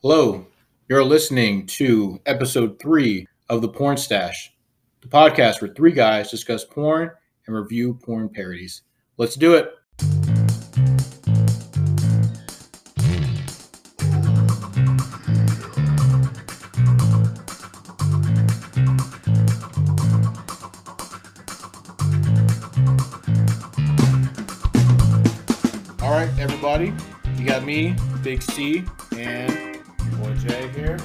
Hello, you're listening to episode three of The Porn Stash, the podcast where three guys discuss porn and review porn parodies. Let's do it. All right, everybody, you got me, Big C, and Boy Jay here.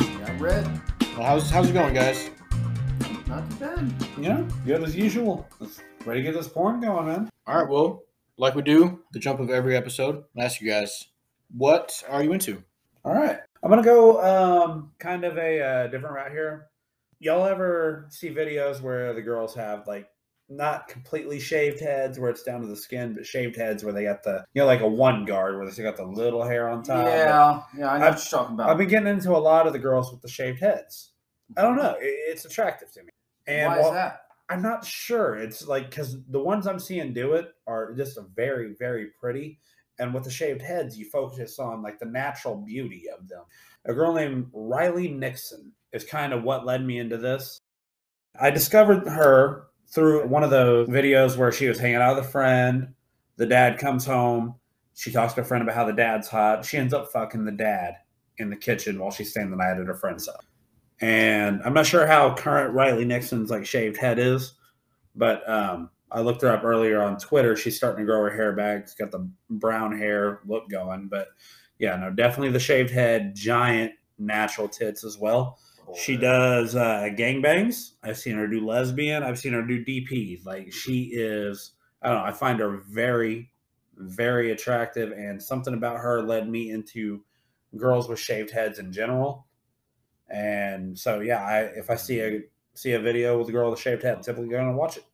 Yeah, I'm red. well, how's how's it going, guys? Not too bad. Yeah, good as usual. Let's- Ready to get this porn going, man. All right, well, like we do, the jump of every episode, I ask you guys, what are you into? All right. I'm going to go um, kind of a uh, different route here. Y'all ever see videos where the girls have like not completely shaved heads where it's down to the skin, but shaved heads where they got the, you know, like a one guard where they still got the little hair on top? yeah, yeah, I know I've- what you're talking about. I've been getting into a lot of the girls with the shaved heads. I don't know. i- It's attractive to me. And Why while- is that? I'm not sure. It's like because the ones I'm seeing do it are just very, very pretty. And with the shaved heads, you focus on like the natural beauty of them. A girl named Riley Nixon is kind of what led me into this. I discovered her through one of the videos where she was hanging out with a friend. The dad comes home. She talks to her friend about how the dad's hot. She ends up fucking the dad in the kitchen while she's staying the night at her friend's house and I'm not sure how current Riley Nixon's like shaved head is, but um, I looked her up earlier on Twitter. She's starting to grow her hair back. She's got the brown hair look going, but yeah, no, definitely the shaved head, giant natural tits as well. She does uh, gangbangs. I've seen her do lesbian. I've seen her do DP. Like she is, I don't know. I find her very, very attractive, and something about her led me into girls with shaved heads in general. And so, yeah, I if I see a see a video with a girl with a shaved head, I'm typically going to watch it.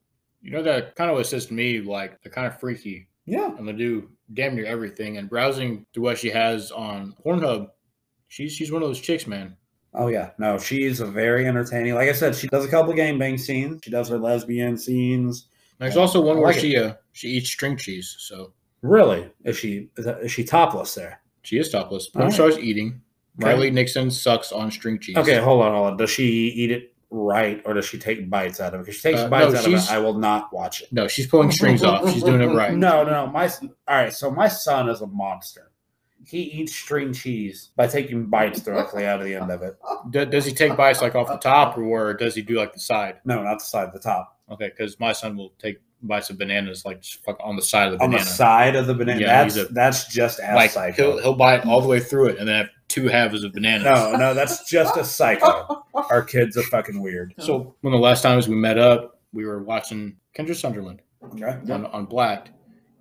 You know that kind of assists me, like they're kind of freaky Yeah, I'm gonna do damn near everything. And browsing through what she has on Pornhub, she's she's one of those chicks, man. Oh yeah, no, she's a very entertaining. Like I said, she does a couple gangbang scenes. She does her lesbian scenes. There's also one I where like it. she uh, she eats string cheese, so Really? Is she is, that, is she topless there? she is topless. All Porn right. stars eating. Okay. Riley Nixon sucks on string cheese. Okay, hold on, hold on. Does she eat it right, or does she take bites out of it? Because she takes Uh, no, bites out of she's- it, I will not watch it. No, she's pulling strings off. She's doing it right. No, no, no. My s- all right. So my son is a monster. He eats string cheese by taking bites directly out of the end of it. D- does he take bites like off the top, or does he do like the side? No, not the side, the top, Okay, because my son will take bites of bananas like just fuck on the side of the on the banana. side of the banana. Yeah, he's that's a- that's just ass like psycho. he'll he'll bite all the way through it and then have two halves of bananas. No, no, that's just a psycho. Our kids are fucking weird. So one of the last times we met up, we were watching Kendra Sunderland Okay. on, on Black,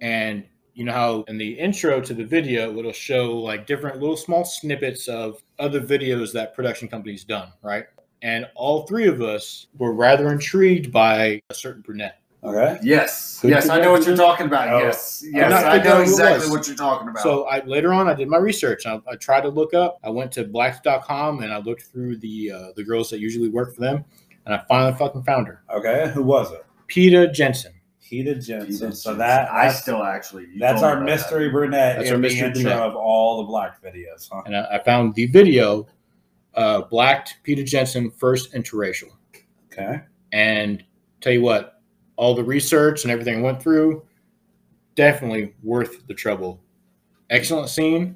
and you know how in the intro to the video it'll show like different little small snippets of other videos that production companies done, right? And all three of us were rather intrigued by a certain brunette. Okay. Yes, Who yes, did I that know what do you're that? talking about. Oh. Yes, I'm yes, not figuring I out know who it exactly was. what you're talking about. So I later on I did my research. I, I tried to look up. I went to black.com and I looked through the uh, the girls that usually work for them, and I finally fucking found her, Okay. Who was it? Peta Jensen. Peter Peter Jensen. So Jensen. that I that's, still actually you that's told me our about that. mystery brunette That's in our the mystery intro brunette. of all the black videos. Huh? and I, I found the video, uh, blacked Peter Jensen first interracial. Okay. And tell you what, all the research and everything I went through, definitely worth the trouble. Excellent scene.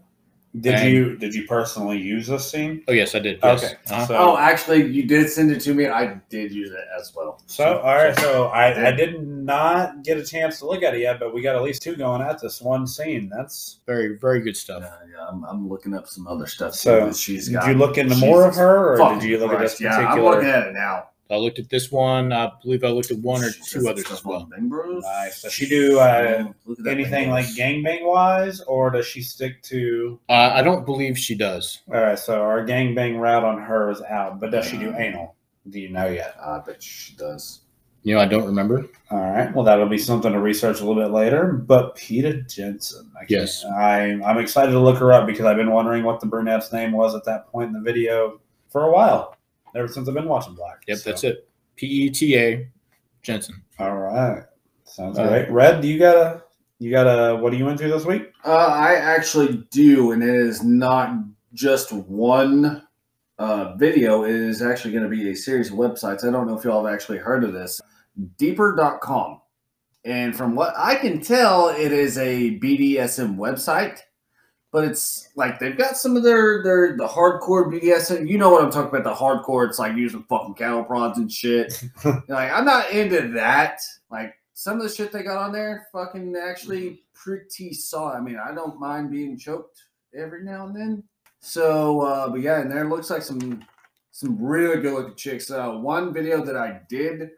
Did And- you did you personally use this scene? Oh yes, I did. Yes. Okay. Uh-huh. So, Oh, actually, you did send it to me. and I did use it as well. so all right. So I, I did not get a chance to look at it yet, but we got at least two going at this one scene. That's Very, very good Yeah, stuff. yeah, I'm, I'm looking up some other stuff. too So, that she's did got. you look into Jesus more of her, or did fucking you look at Christ, this Yeah, I'm particular? looking at it now. I looked at this one. I believe I looked at one or She does two that others stuff as well. on Bang Bros. Nice. Does she do, uh, Look at that Bang anything like Bros. gangbang wise, or does she stick to? Uh, I don't believe she does. All right, so our gangbang route on her is out, but does she do anal? Do you know yet? I bet she does. You know, I don't remember. All right, well that'll be something to research a little bit later. But Peta Jensen, I can't- Yes. I'm I'm excited to look her up because I've been wondering what the brunette's name was at that point in the video for a while, ever since I've been watching Black. Yep, that's it. P E T A Jensen. All right, sounds All great. Red, do you got a you got a what are you into this week? Uh, I actually do, and it is not just one uh, video it is actually going to be a series of websites. I don't know if y'all have actually heard of this. Deeper.com. And from what I can tell, it is a BDSM website, but it's like they've got some of their their the hardcore BDSM. You know what I'm talking about? The hardcore. It's like using fucking cattle prods and shit. like I'm not into that. Like some of the shit they got on there, fucking actually pretty solid. I mean, I don't mind being choked every now and then. So, uh, but yeah, and there looks like some some really good looking chicks. Uh, one video that I did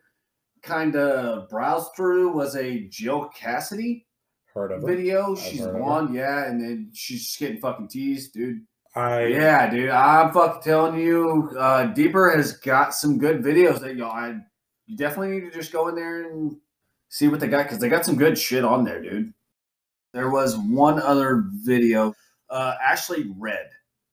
kind of browse through was a Jill Cassidy Heard of it? video. I've She's heard of her. blonde, yeah, and then she's just getting fucking teased, dude. I Yeah, dude, I'm fucking telling you, uh, Deeper has got some good videos that y'all. I, you definitely need to just go in there and see what they got because they got some good shit on there, dude. There was one other video, uh, Ashley Red.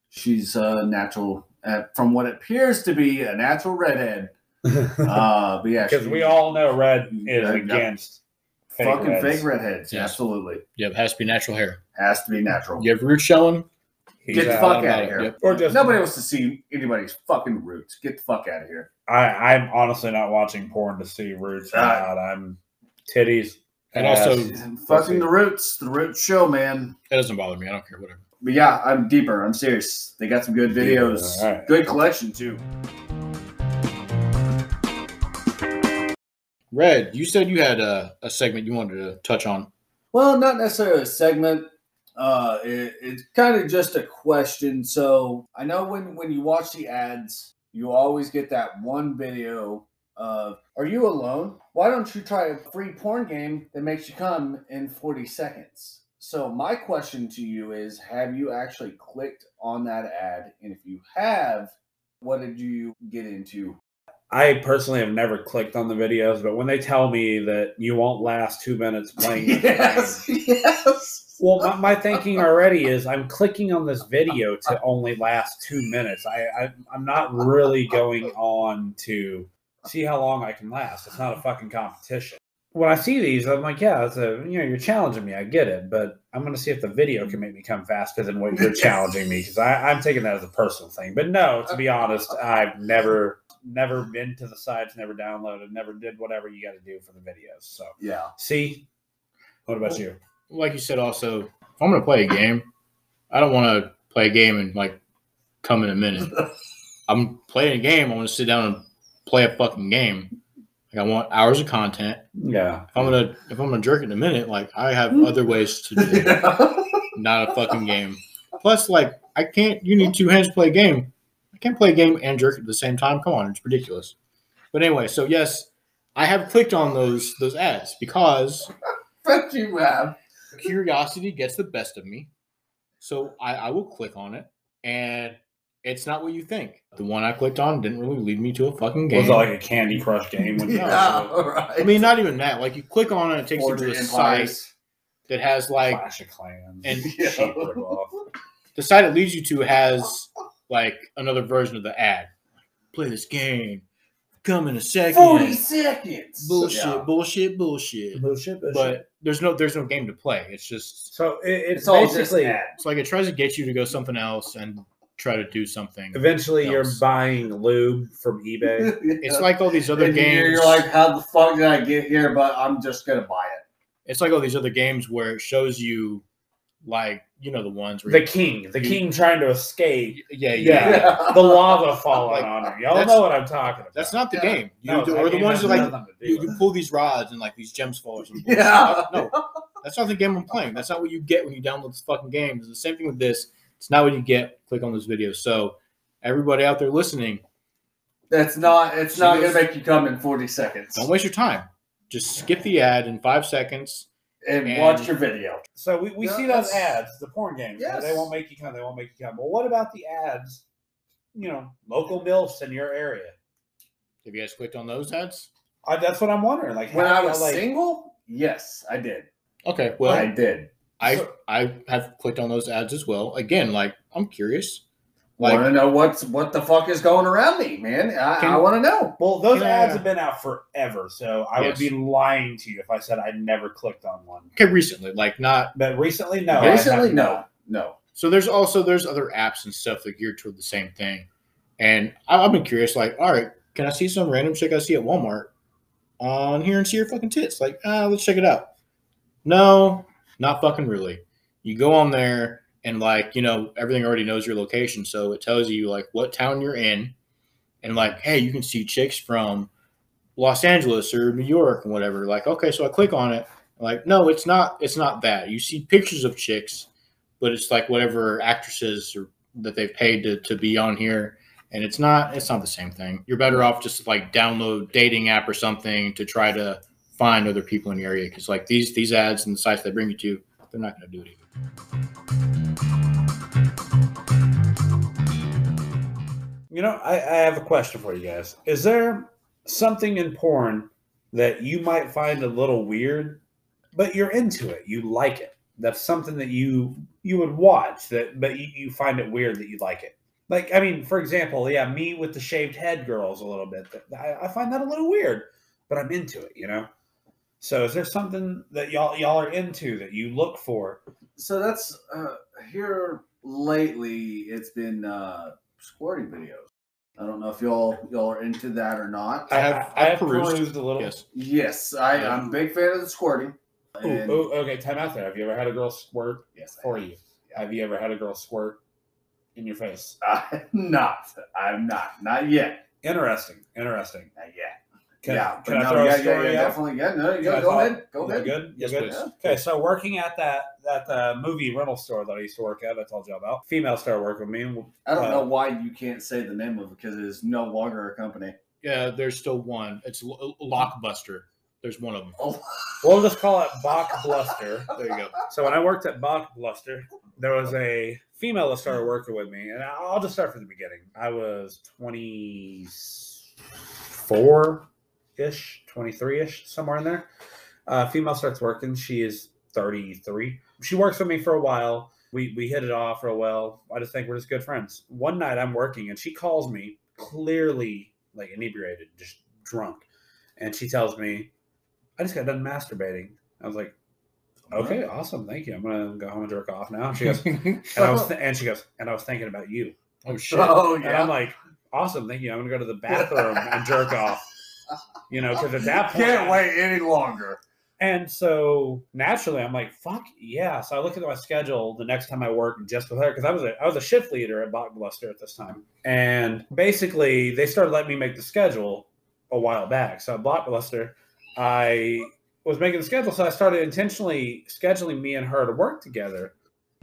She's a natural, uh, from what appears to be a natural redhead. Uh, but yeah, because she- we all know red is Yeah, yeah. against fake fucking reds. fake redheads. Yes. Absolutely, Yep, has to be natural hair. has to be natural. You have roots showing? He's Get out. the out fuck about out of it, here. yep. Or just- nobody wants to see anybody's fucking roots. Get the fuck out of here. I, I'm honestly not watching porn to see roots. or Uh, not. I'm titties. And ass. also- Fucking the roots, the roots show, man. That doesn't bother me. I don't care. Whatever. But yeah, I'm deeper. I'm serious. They got some good videos, Deeper, alright. good collection too. Red, you said you had a, a segment you wanted to touch on. Well, not necessarily a segment. Uh, it, it's kind of just a question. So I know when when you watch the ads, you always get that one video of "Are you alone? Why don't you try a free porn game that makes you come in 40 seconds?" So my question to you is: Have you actually clicked on that ad? And if you have, what did you get into? I personally have never clicked on the videos, but when they tell me that you won't last two minutes playing, this game, yes. well, my, my thinking already is I'm clicking on this video to only last two minutes. I, I I'm not really going on to see how long I can last. It's not a fucking competition. When I see these, I'm like, yeah, it's a you know you're challenging me. I get it, but I'm gonna see if the video can make me come faster than what you're challenging me because I'm taking that as a personal thing. But no, to be honest, I've never never been to the sites, never downloaded, never did whatever you got to do for the videos. So Yeah. see, what about you? Like you said, also, if I'm going to play a game, I don't want to play a game and like come in a minute. I'm playing a game. I want to sit down and play a fucking game. Like I want hours of content. Yeah, If I'm gonna if I'm gonna jerk in a minute, like I have other ways to do it. not a fucking game. Plus, like, I can't. You need two hands to play a game. I can't play a game and jerk at the same time. Come on, it's ridiculous. But anyway, so yes, I have clicked on those those ads because Bet you have. curiosity gets the best of me. So I, I will click on it, and it's not what you think. The one I clicked on didn't really lead me to a fucking game. was it like a Candy Crush game? When Yeah, all right. I mean, not even that. Like, you click on it, it takes you Forged to a site Empires. that has like Clash of Clans And- Sheep ripoff. the site it leads you to has like another version of the ad. Play this game. Come in a second. Forty seconds. Bullshit, Yeah. bullshit, bullshit. Bullshit, bullshit. But there's no there's no game to play. It's just so it, it's, It's all just basically ad. it's like it tries to get you to go something else and try to do something. eventually you're Else. buying lube from eBay. It's like all these other uh, And games. you're- You're like, how the fuck did I get here? But I'm just gonna buy it. it's like all these other games where it shows you like you know the ones where the you- king, the king trying to escape, yeah, yeah Yeah. the lava falling Like, on her. Y'all that's- know what I'm talking about. That's not the Yeah. game. You, No, do- that or the game ones that has like nothing to do you, with you it. pull these rods and like these gems fall or some bullshit. Yeah. No, that's not the game I'm playing. That's not what you get when you download this fucking game. It's the same thing with this. It's not what you get. Click on this video. So everybody out there listening, That's not. It's She not was- gonna make you come in forty seconds don't waste your time. Just skip the ad in five seconds. and, and- watch your video. So we, we No, see those that's- ads, the porn games. Yes. They won't make you come. They won't make you come. Well, what about the ads? You know, local milfs in your area. Have you guys clicked on those ads? I, that's what I'm wondering. Like When how I y'all, was like, single, yes, I did. Okay, well, I did. I I have clicked on those ads as well. Again, like I'm curious. want Like to know what's what the fuck is going around me, man? I, Can- I want to know. Well, those Yeah. ads have been out forever, so I Yes. would be lying to you if I said I never clicked on one. okay, recently, like not But recently, no. I Recently, have no, not. no. So there's also there's other apps and stuff that geared toward the same thing. And I, I've been curious, like, all right, can I see some random chick I see at Walmart on here and see her fucking tits? Like, ah, let's check it out. No, not fucking really. You go on there and like, you know, everything already knows your location, so it tells you like what town you're in, and like, hey, you can see chicks from Los Angeles or New York and whatever. Like, okay, so I click on it. Like, no, it's not. It's not that. You see pictures of chicks, but it's like whatever actresses or, that they've paid to, to be on here and it's not it's not the same thing you're better off just like download dating app or something to try to find other people in the area because like these these ads and the sites they bring you to they're not going to do it either. You know, I, I have a question for you guys. Is there something in porn that you might find a little weird, but you're into it? You like it. That's something that you you would watch that, but you, you find it weird that you like it. Like, I mean, for example, yeah, me with the shaved head girls a little bit. I, I find that a little weird, but I'm into it. You know. So, is there something that y'all y'all are into that you look for? So that's uh, here lately. It's been uh, squirting videos. I don't know if y'all y'all are into that or not. I have- I, I I've have perused. perused. a little. yes Yes, I, I'm a big fan of the squirting. Ooh, And- ooh, okay, time out there. Have you ever had a girl squirt Yes, I for you? Have you ever had a girl squirt in your face? I'm not. I'm not. Not yet. Interesting. Interesting. Not yet. Can, yeah. can but I no, throw yeah, a story yeah, yeah, out? definitely. Yeah, no, Can yeah, I go thought- ahead. Go You ahead. good? You Yes, good? please. Okay, so working at that that uh, movie rental store that I used to work at, I told you about. Female started working with me. and I don't Uh, know why you can't say the name of it because it is no longer a company. yeah there's still one it's Lo- lockbuster there's one of them Oh, We'll just call it Bach Bluster. there you go So when I worked at Bach Bluster, there was a female that started working with me, and I'll just start from the beginning. I was twenty four ish, twenty three ish, somewhere in there. Uh, female starts working. She is thirty three. She works with me for a while. We we hit it off real well. I just think we're just good friends. One night I'm working, and she calls me clearly like inebriated, just drunk, and she tells me, "I just got done masturbating." I was like. Okay, awesome. Thank you. I'm gonna go home and jerk off now. And she goes, and I was, th- and she goes, and I was thinking about you. oh shit Oh And I'm yeah. like, awesome. Thank you. I'm gonna go to the bathroom and jerk off. You know, because at that point, Can't wait any longer. And so naturally, I'm like, fuck yeah. So I look at my schedule the next time I work just with her because I was a I was a shift leader at Blockbuster at this time, and basically they started letting me make the schedule a while back. So at Blockbuster, I was making the schedule, so I started intentionally scheduling me and her to work together.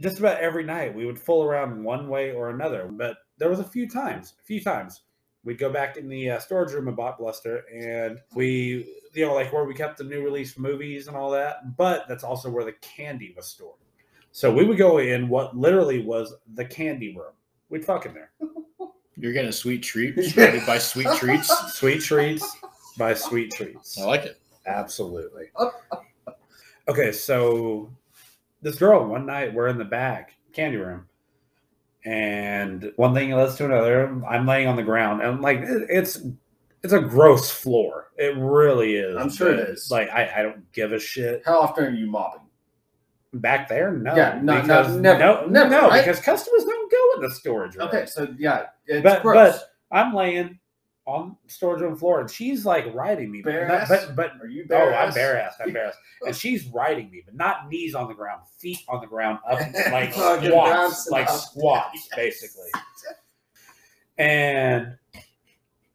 Just about every night, we would fool around one way or another. But there was a few times, a few times, we'd go back in the uh, storage room at Blockbuster, and we, you know, like where we kept the new release movies and all that. But that's also where the candy was stored. So we would go in what literally was the candy room. We'd fuck in there. you're getting a sweet treat surrounded by sweet treats Sweet treats by sweet treats. Oh, i like it Absolutely. Okay, so this girl, one night we're in the back candy room, and one thing leads to another. I'm laying on the ground, and like it- it's it's a gross floor. It really is. I'm sure it but, is. Like I, I don't give a shit. How often are you mopping? Back there, no. Yeah, no, no, because- never, no, never, no, right? because customers don't go in the storage room. Okay, so yeah, it's But- gross. I'm laying on storage room floor, and she's like riding me, but- Bare but ass? but but are you Oh, bare? I'm ass? bare ass. I'm bare ass. And she's riding me, but not knees on the ground, feet on the ground, up like Fucking squats, bouncing like up. squats, basically. And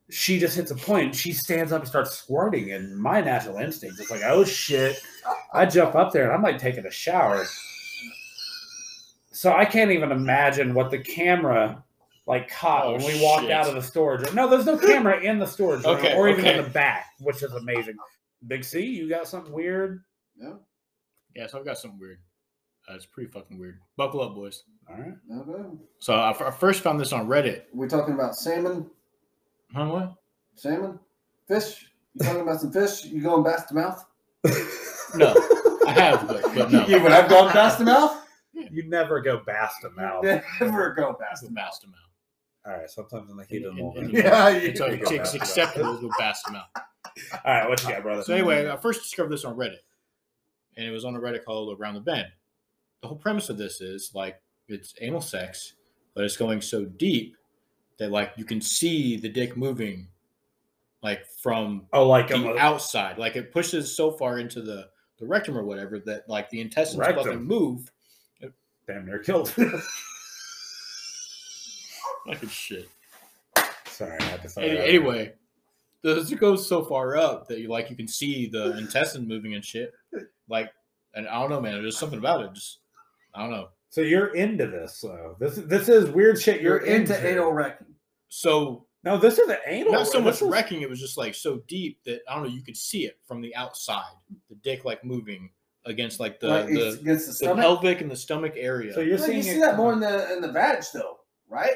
she just hits a point. She stands up and starts squirting, and my natural instinct is like, "Oh shit!" I jump up there and I'm like taking a shower. So I can't even imagine what the camera like caught Oh, when we walked shit. out of the storage room. No, there's no camera in the storage room Okay, or even okay. in the back, which is amazing. Big C, you got something weird? Yeah, yeah so i've got something weird uh, it's pretty fucking weird buckle up boys All right. no, no. so I f- I first found this on reddit We're talking about salmon, huh what salmon, fish. You talking about some fish? You going bass to mouth? no i have but, but no You would have gone bass to mouth. You never go past them out. Never go That's bass to the best amount All right, sometimes in the heat of In- the in- moment. in- Yeah, you- It's, okay. Yeah. it's acceptable to bass them out. All right, what you got, brother? So anyway, I first discovered this on Reddit, and it was on a Reddit called Around the Bend. The whole premise of this is like it's anal sex, but it's going so deep that like you can see the dick moving, like from Oh, like the I'm a, outside. Like it pushes so far into the the rectum or whatever that like the intestines Rectum. fucking move. damn near killed. Like shit. Sorry, I Oh, had to throw Any- that out. anyway, those it goes so far up that you like you can see the intestine moving and shit. Like, and I don't know, man. There's something about it. Just I don't know. So you're into this though. This this is weird shit. You're, You're into anal wrecking. wrecking. So No, this is an anal. not so wreck. much This is- wrecking. It was just like so deep that I don't know. You could see it from the outside. The dick like moving against like the Like, it's the, against the the stomach. pelvic and the stomach area. So you're Well, seeing you see it- that more in the in the badge though, right?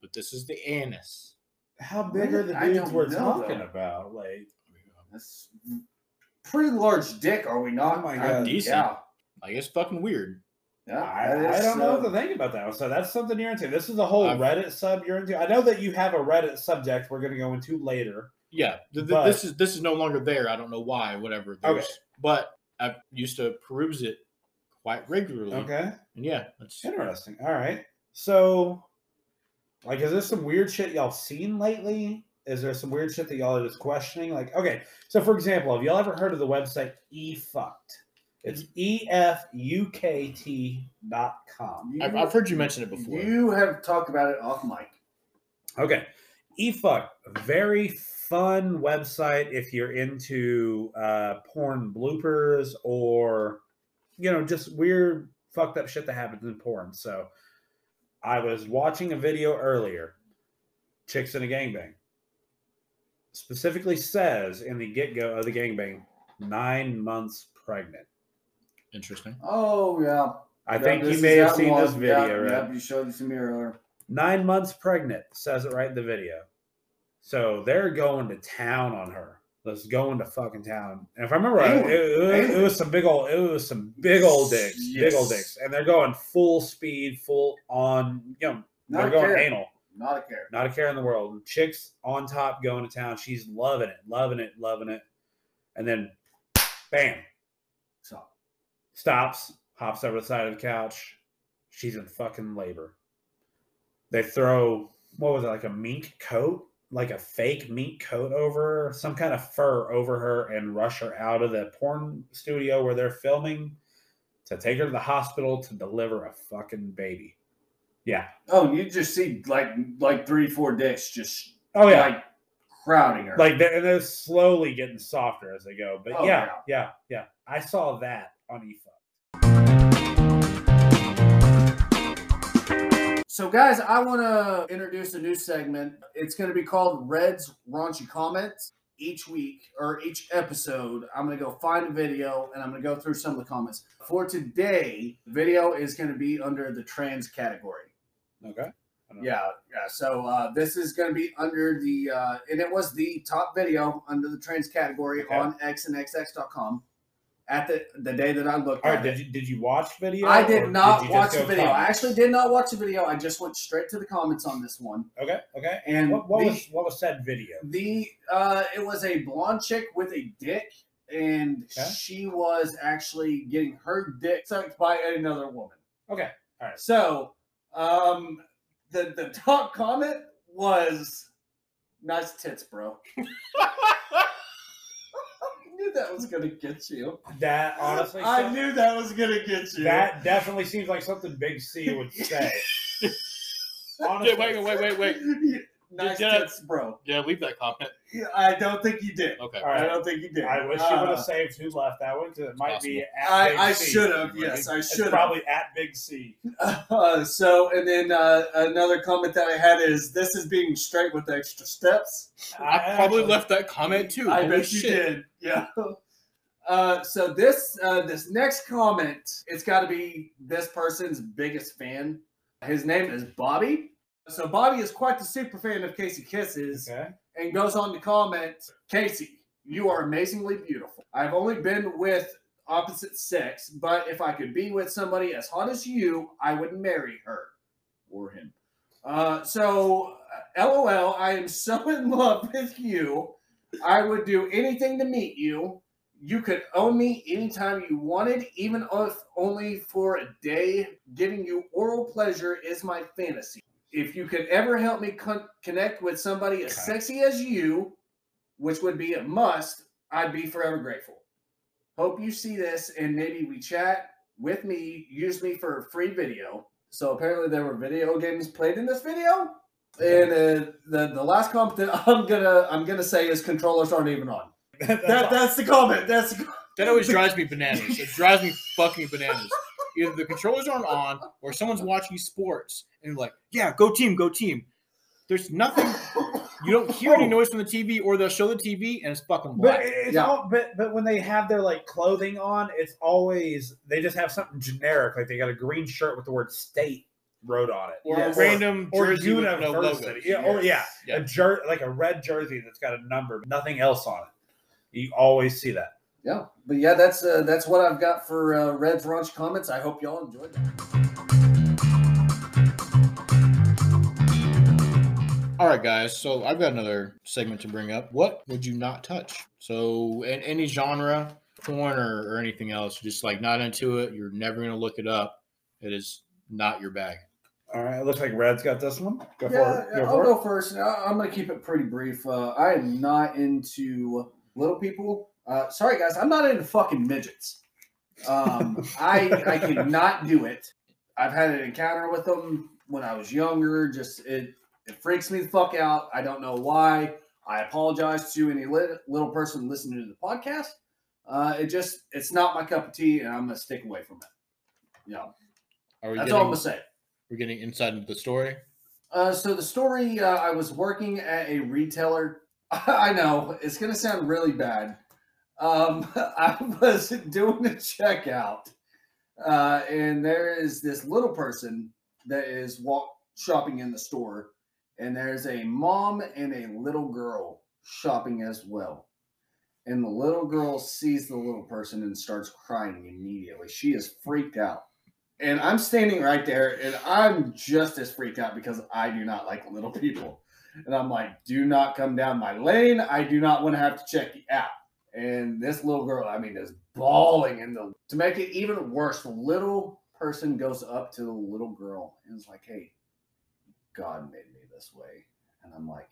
but this is the anus. How big are the I dudes don't we're know, talking though. about? Like, That's pretty large dick, are we not? Oh my I- God. Decent. Yeah. Like it's fucking weird. yeah I, that I is, don't know uh, what to think about that. So that's something you're into. This is a whole I've- Reddit sub you're into. I know that you have a Reddit subject we're going to go into later. Yeah, th- th- But- this is this is no longer there. I don't know why. Whatever. There's- But I used to peruse it quite regularly. Okay. And yeah, that's Interesting. All right. So, like, is there some weird shit y'all seen lately? Is there some weird shit that y'all are just questioning? Like, okay. So, for example, have y'all ever heard of the website E Fucked? It's E F U K T dot com. I've, I've heard you mention it before. You have talked about it off mic. Okay. E eFuck, very fun website if you're into uh, porn bloopers or, you know, just weird fucked up shit that happens in porn. So I was watching a video earlier, Chicks in a Gangbang. Specifically says in the get go of the gangbang, nine months pregnant. Interesting. Oh yeah. I Yeah, think this you is may have that seen one. this video, Yeah, right? yeah, you showed this to me earlier. Nine months pregnant, says it right in the video. So they're going to town on her. Let's go into fucking town. And if I remember right, it, it- it was some big old, it was some big old dicks, big old Yes. dicks, and they're going full speed, full on. You know, Not they're a going care. anal, Not a care. not a care in the world. Chicks on top, going to town. She's loving it, loving it, loving it, and then, bam, So stops, hops over the side of the couch. She's in fucking labor. They throw what was it like a mink coat, like a fake mink coat over her, some kind of fur over her, and rush her out of the porn studio where they're filming to take her to the hospital to deliver a fucking baby. Yeah. Oh, you just see like like three, four dicks just Oh yeah. like crowding her. Like they're, they're slowly getting softer as they go. But Oh, yeah, yeah. yeah, yeah, I saw that on E EFA. So, guys, I want to introduce a new segment. It's going to be called Red's Raunchy Comments. Each week or each episode, I'm going to go find a video and I'm going to go through some of the comments. For today, video is going to be under the trans category. Okay. I don't know. Yeah, yeah. So uh, this is going to be under the, uh, and it was the top video under the trans category Okay. on X and xnxx.com at the the day that I looked All at right. it. Did you did you watch video? I or did not you just watch go the video. I comments? actually did not watch the video. I just went straight to the comments on this one. Okay. Okay. And What, what the, was what was said video? the uh, it was a blonde chick with a dick, and Okay. she was actually getting her dick sucked by another woman. Okay. All right. So, um, the the top comment was, "Nice tits, bro." I knew that was gonna get you. That honestly, I some- knew that was gonna get you. that definitely seems like something Big C would say. Yeah, honestly, wait, wait, wait, wait. nice Did- did I- tits, bro. Yeah, leave that comment. Yeah, I don't think you did. Okay. All right. I don't think you did. Uh, I wish you Uh, would have saved who left that one because it might be. At Big I, I C. should have. Yes, I It's should have. probably at Big C. Uh, so, and then uh, another comment that I had is this is being straight with extra steps. I probably actually- left that comment too. I Holy bet you did. Yeah. Uh, so this uh, this next comment, it's got to be this person's biggest fan. His name is Bobby. So Bobby is quite the super fan of Casey Kisses Okay. and goes on to comment, Casey, you are amazingly beautiful. I've only been with opposite sex, but if I could be with somebody as hot as you, I would marry her or him. Uh, so, uh, LOL, I am so in love with you. I would do anything to meet you. You could own me anytime you wanted, even if only for a day. Giving you oral pleasure is my fantasy. If you could ever help me con- connect with somebody as Okay. sexy as you, which would be a must, I'd be forever grateful. Hope you see this and maybe we chat with me. Use me for a free video. So apparently there were video games played in this video. And uh, the the last comment that I'm gonna I'm gonna say is controllers aren't even on. That's That, all- that's the comment. That's the com- That always drives me bananas. It drives me fucking bananas. Either the controllers aren't on or someone's watching sports and you're like, yeah, go team, go team. There's nothing, you don't hear any noise from the TV or they'll show the TV and it's fucking But black. it- it's Yeah. all, but but when they have their like clothing on, it's always they just have something generic, like they got a green shirt with the word state wrote on it, Or Yes. a random or jersey with no logo. university, yeah, or yeah, Yeah. a jer- like a red jersey that's got a number, but nothing else on it. You always see that. Yeah, but yeah, that's uh, that's what I've got for uh, Red's Ranch comments. I hope y'all enjoyed that. All right, guys. So I've got another segment to bring up. What would you not touch? So, in any genre, porn or, or anything else, you're just like not into it. You're never going to look it up. It is not your bag. All right, it looks like Red's got this one. Go yeah, for it. Go I'll for it. go first. I- I'm going to keep it pretty brief. Uh, I am not into little people. Uh, sorry, guys, I'm not into fucking midgets. Um, I I cannot do it. I've had an encounter with them when I was younger. Just it it freaks me the fuck out. I don't know why. I apologize to any lit, little person listening to the podcast. Uh, it just it's not my cup of tea, and I'm gonna stick away from it. Yeah, Are we that's getting, all I'm gonna say. we're getting inside into the story? Uh, so the story, uh, I was working at a retailer. I know it's going to sound really bad. Um, I was doing a checkout, uh, and there is this little person that is walk shopping in the store, and there's a mom and a little girl shopping as well. And the little girl sees the little person and starts crying immediately. She is freaked out and I'm standing right there, and I'm just as freaked out because I do not like little people. And I'm like, do not come down my lane. I do not want to have to check you out. And this little girl, I mean, is bawling. And the to make it even worse, the little person goes up to the little girl and is like, hey, God made me this way. And I'm like,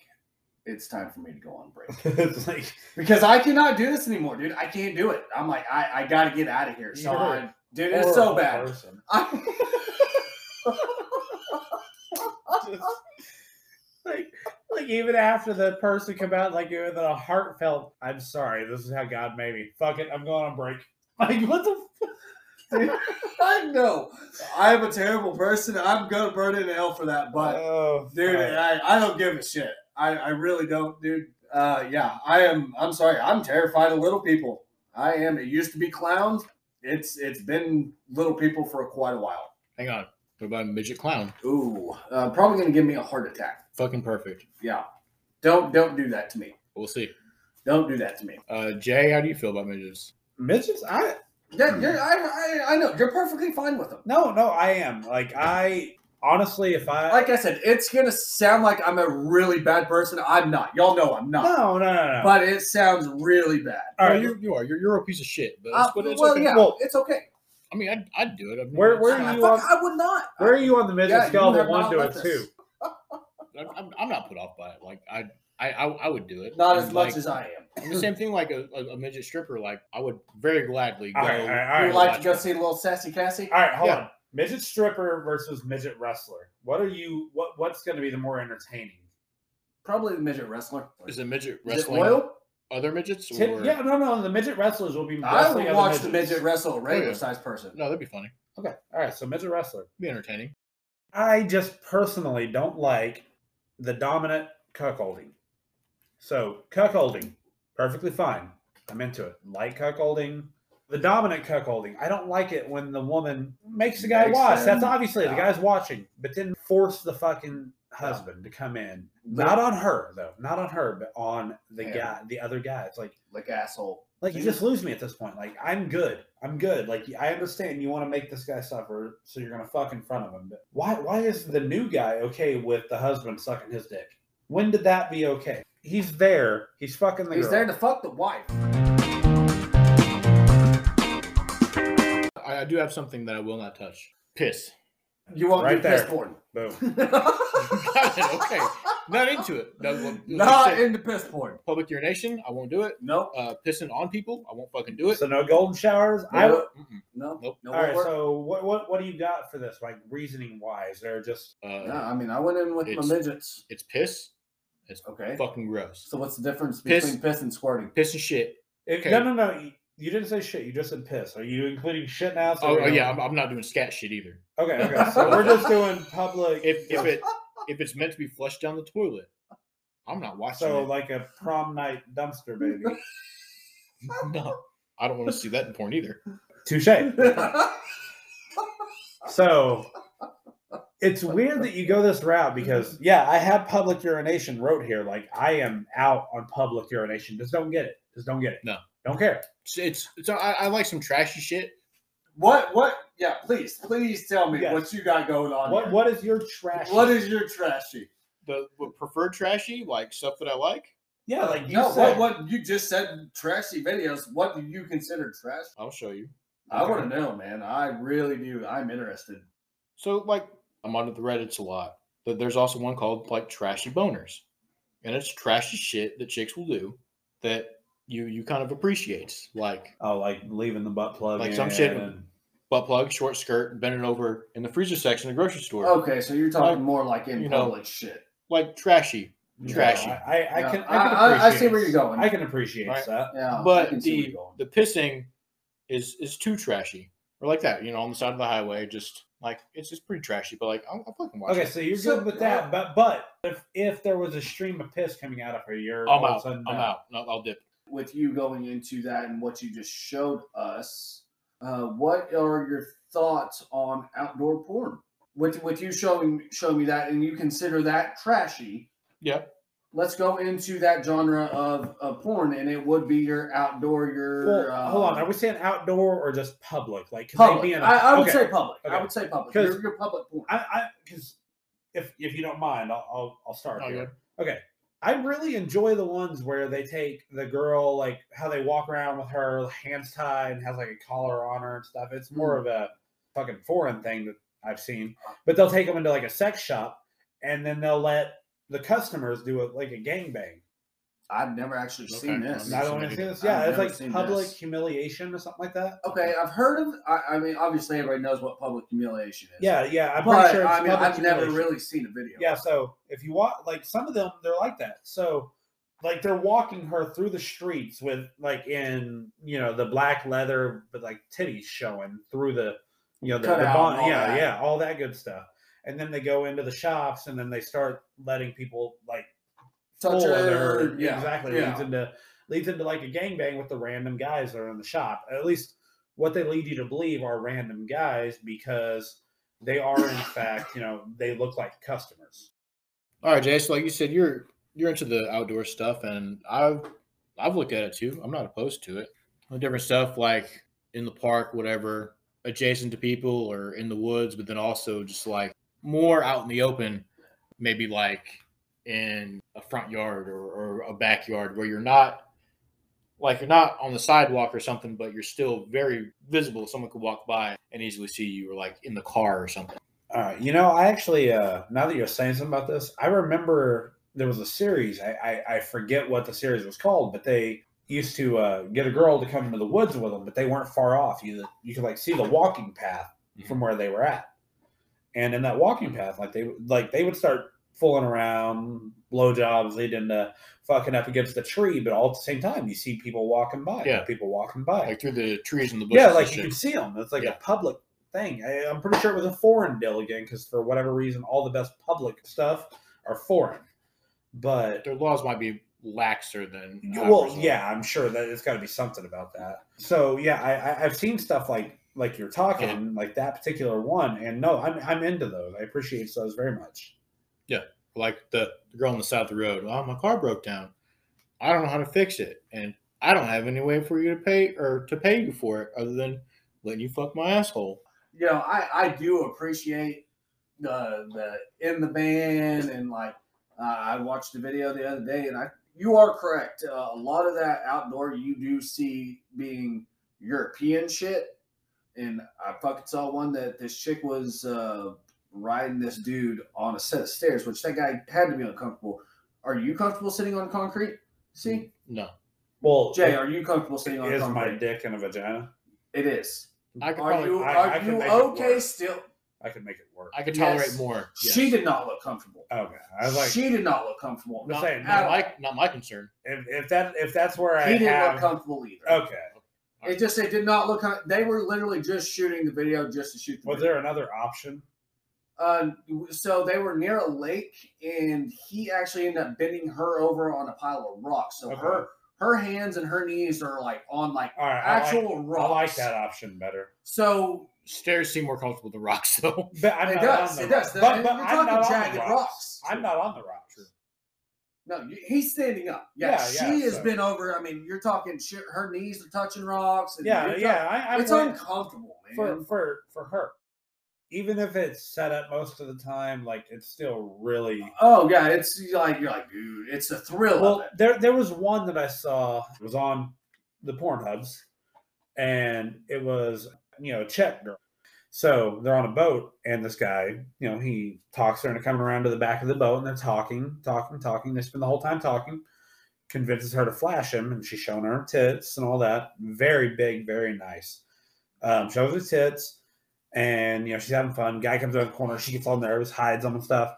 it's time for me to go on break it's like because I cannot do this anymore, dude. I can't do it. I'm like, I, I got to get out of here. So, You're I, dude, it's so horrible bad. person. I- Like, like even after the person come out, like with a heartfelt, "I'm sorry, this is how God made me." Fuck it, I'm going on break. Like, what the I know I'm a terrible person. I'm gonna burn in hell for that, but oh, dude, fuck. I, I don't give a shit. I, I really don't, dude. Uh, yeah, I am. I'm sorry. I'm terrified of little people. I am. It used to be clowns. It's it's been little people for quite a while. Hang on. What about a midget clown? Ooh, uh, probably gonna give me a heart attack. Fucking perfect. Yeah, don't don't do that to me. We'll see. Don't do that to me. Uh, Jay, how do you feel about midgets? midgets. I Yeah, you're, I, I I know you're perfectly fine with them. no, no, I am. Like, I honestly, if I Like I said, it's gonna sound like I'm a really bad person. I'm not. Y'all know I'm not. no, no, no, no. But it sounds really bad. All right, you, you are. You're, you're a piece of shit. But, Uh, it's- but it's well, okay. yeah, Well- it's okay. I mean, I'd, I'd do it. I mean, Where- where I, it's- are I you fuck- on- I would not. where are you on the midget Yeah, you scale have of one not to a let this- two? I'm, I'm not put off by it. Like I, I, I, I would do it. Not And, as much like, as I am. And the same thing, like a, a, a midget stripper. Like I would very gladly go. All right, all right, all You right. Uh, would like to go see little sassy Cassie? All right, hold Yeah. on. Midget stripper versus midget wrestler. What are you? What what's going to be the more entertaining? Probably the midget wrestler. Is a midget Is it wrestling oil? other midgets? Ti- Or... yeah, no, no. The midget wrestlers will be. I wrestling would other watch the midgets. midget wrestle a regular yeah. sized person. No, that'd be funny. Okay, all right. So midget wrestler. Be entertaining. I just personally don't like the dominant cuckolding. So cuckolding, perfectly fine. I'm into it. Like cuckolding. The dominant cuckolding. I don't like it when the woman makes the guy Makes watch. them- That's obviously the yeah. guy's watching, but then force the fucking husband to come in. But- Not on her though. Not on her, but on the Yeah. guy, the other guy. It's like Like asshole. like you just lose me at this point. Like I'm good. I'm good. Like I understand you want to make this guy suffer, so you're gonna fuck in front of him. But why? Why is the new guy okay with the husband sucking his dick? When did that be okay? He's there. He's fucking the He's girl. there to fuck the wife. I, I do have something that I will not touch. Piss. You won't Right do piss there. porn. Boom. okay. Not into it. That- well, like I Not said, into piss porn. public urination. I won't do it. Nope. Uh, pissing on people. I won't fucking do it. So no golden showers. I Nope. Mm-mm. Nope. Nope. No, all right. work. So what what what do you got for this? Like reasoning wise, they're just Uh, no, I mean, I went in with my It's- midgets. It's piss. Okay. Fucking gross. So what's the difference Piss. between piss and squirting? Piss and shit. if, Okay. no no no. You, you didn't say shit. You just said piss. Are you including shit now? So Oh, we're oh, yeah, gonna- I'm, I'm not doing scat shit either. Okay. Okay. So we're just doing public. If if it if it's meant to be flushed down the toilet, I'm not watching. so it. like a prom night dumpster baby. no, I don't want to see that in porn either. Touche. That's So it's weird that you go this route because yeah, I have public urination wrote here. Like I am out on public urination. Just don't get it. Just don't get it. No. Don't care. It's it's, it's I, I like some trashy shit. what? What? Yeah. Please, please tell me Yes. what you got going on. What here. what is your trash? Oh, What is your trashy? The, the preferred trashy, like stuff that I like. yeah, like you no, said, what? What you just said? Trashy videos. What do you consider trash? I'll show you. I want to know, man. I really do. I'm interested. So like I'm on the Reddit's a lot, but there's also one called like trashy boners, and it's trashy shit that chicks will do that you you kind of appreciates like Oh, like leaving the butt plug. Like some shit- in and- butt plug, short skirt, bending over in the freezer section of the grocery store. Okay, so you're talking Like, more like in you know, public shit. Like trashy. No, Trashy. I, I, I Yeah, can. I, can I- I- I see appreciate- where you're going. I can appreciate Right. that. Yeah, Oh, I but can see where the you're going. the pissing is is too trashy. Or like that, you know, on the side of the highway, just like it's just pretty trashy, but like I'll, I'll fucking watch Okay, it. so you're So- good with that, but but if if there was a stream of piss coming out of her, you're I'm all of a out. sudden I'm no. out. No, I'll dip. with you going into that and what you just showed us, uh, what are your thoughts on outdoor porn? With with you showing showing me that and you consider that trashy, Yeah. let's go into that genre of, of porn and it would be your outdoor your Well, uh, hold on. Are we saying outdoor or just public? Like, can public. they be in a- I, I would okay. say public. I Okay. would say public. 'Cause- Your, your public porn. I, I, because if if you don't mind, I'll I'll, I'll start Oh, here. Okay, I really enjoy the ones where they take the girl, like how they walk around with her hands tied and has like a collar on her and stuff. It's more Hmm. of a fucking foreign thing that I've seen. But they'll take them into like a sex shop, and then they'll let the customers do it like a gangbang. I've never actually Okay. seen this. Not I don't want to see this. Yeah, I've it's never like seen public this. humiliation or something like that. Okay, I've heard of I, I mean obviously everybody knows what public humiliation is. Yeah, yeah. I'm but pretty sure. It's I mean public I've never humiliation. really seen a video. Yeah, so if you walk, like some of them, they're like that. So, like they're walking her through the streets with like in you know the black leather, but like titties showing through the you know the, Cut the out bon- and all yeah that. yeah all that good stuff. And then they go into the shops, and then they start letting people like Touch full on her, her. yeah, exactly yeah. leads into leads into like a gangbang with the random guys that are in the shop. At least what they lead you to believe are random guys because they are in fact you know they look like customers. All right, Jay. So like you said, you're you're into the outdoor stuff, and I've I've looked at it too. I'm not opposed to it. The different stuff like in the park, whatever, adjacent to people or in the woods, but then also just like more out in the open, maybe like in a front yard or, or a backyard where you're not like you're not on the sidewalk or something, but you're still very visible. Someone could walk by and easily see you, or like in the car or something. Uh, you know, I actually, uh, now that you're saying something about this, I remember there was a series. I, I, I forget what the series was called, but they used to uh, get a girl to come into the woods with them, but they weren't far off. You you could like see the walking path from where they were at, and in that walking path, like they like they would start fooling around, blowjobs, leading to fucking up against the tree, but all at the same time, you see people walking by, Yeah. people walking by, Like through the trees and the bushes. yeah, and like shit. you can see them. It's like Yeah. a public thing. I, I'm pretty sure it was a foreign deal again, because for whatever reason, all the best public stuff are foreign. But their laws might be laxer than well, ours are. yeah, I'm sure that it's got to be something about that. So yeah, I, I, I've seen stuff like like you're talking, Uh-huh. like that particular one, and no, I'm I'm into those. I appreciate those very much. Like the, the girl on the side of the road. Oh, my car broke down. I don't know how to fix it, and I don't have any way for you to pay or to pay you for it other than letting you fuck my asshole. you know, I, I do appreciate the the in the band and like uh, I watched the video the other day and I you are correct. Uh, a lot of that outdoor you do see being European shit, and I fucking saw one that this chick was uh, riding this dude on a set of stairs, which that guy had to be uncomfortable. Are you comfortable sitting on concrete? See, No, Well, Jay, are you comfortable sitting on is my concrete? dick in a vagina? It is. I could Are probably, you I- are I can you make it okay work. still? I could make it work. I could tolerate Yes. more. Yes. She did not look comfortable. okay, I was like, she did not look comfortable. I'm not, saying, not no. my not my concern. if, if that if that's where he I didn't have, look comfortable either. okay. It just it did not look. com- They were literally just shooting the video just to shoot the Was video. there another option? Uh, so they were near a lake, and he actually ended up bending her over on a pile of rocks. So Okay. her her hands and her knees are like on like All right, I actual like, I rocks. like that option better. So Stairs seem more comfortable than rocks, though. But I'm it not does. on It the does. rocks. But, And but You're I'm talking not on jagged the rocks. rocks. I'm not on the rocks. True. No, you- he's standing up. Yeah, Yeah, she yeah, has so- been over. I mean, you're talking. She, her knees are touching rocks. And Yeah, you're yeah. I, talking- I'm it's like- uncomfortable, man. for for for her. Even if it's set up most of the time, like it's still really oh yeah, it's like you're like, dude, it's a thrill. of well. it. There there was one that I saw it was on the porn hubs, and it was you know a Czech girl. So they're on a boat, and this guy, you know, he talks to her and coming around to the back of the boat, and they're talking, talking, talking. They spend the whole time talking. Convinces her to flash him, and she's showing her tits and all that. Very big, very nice. Um, shows her tits, and you know she's having fun. Guy comes around the corner, she gets all nervous, hides them and stuff.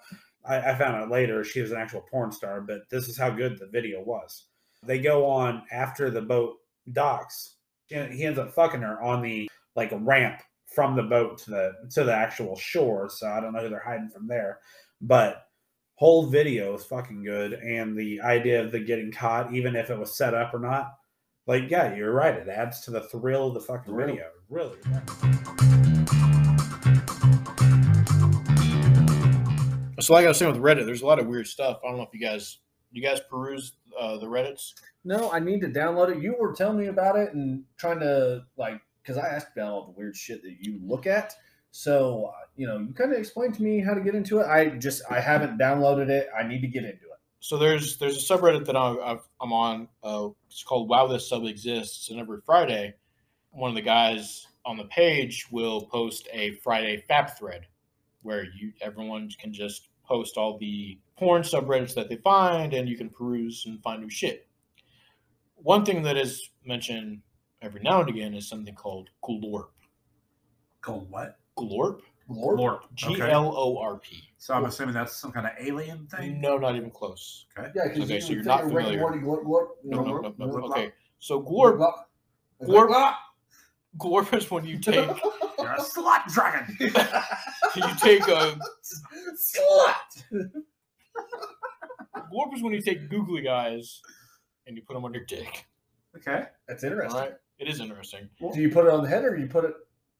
I, I found out later she was an actual porn star, but this is how good the video was. They go on after the boat docks. He he ends up fucking her on the like ramp from the boat to the to the actual shore. So I don't know who they're hiding from there, but whole video is fucking good. And the idea of the getting caught, even if it was set up or not, like yeah, you're right. It adds to the thrill of the fucking Thrill. video. Really. So, like I was saying with Reddit, there's a lot of weird stuff. I don't know if you guys you guys peruse uh, the Reddits. No, I need to download it. You were telling me about it and trying to like because I asked about all the weird shit that you look at. So uh, you know, you kind of explained to me how to get into it. I just I haven't downloaded it. I need to get into it. so there's there's a subreddit that I'm, I've, I'm on. Uh, it's called Wow This Sub Exists, and every Friday, one of the guys on the page will post a Friday Fap thread, where you everyone can just post all the porn subreddits that they find, and you can peruse and find new shit. One thing that is mentioned every now and again is something called glorp. Called what? Glorp. Lord, G L O R P. So I'm assuming that's some kind of alien thing. No, not even close. yeah, 'cause Okay, so would you're think not of Rick and familiar. Morty, glorp, glorp, No, no, no, no. glorp, Okay, so glorp, glorp, glorp, glorp, glorp is when you take You're a slut dragon. you take uh, a Slut. glorp is when you take googly eyes and you put them on your dick. Okay. That's All interesting. right, it is interesting. Do you put it on the head or you put it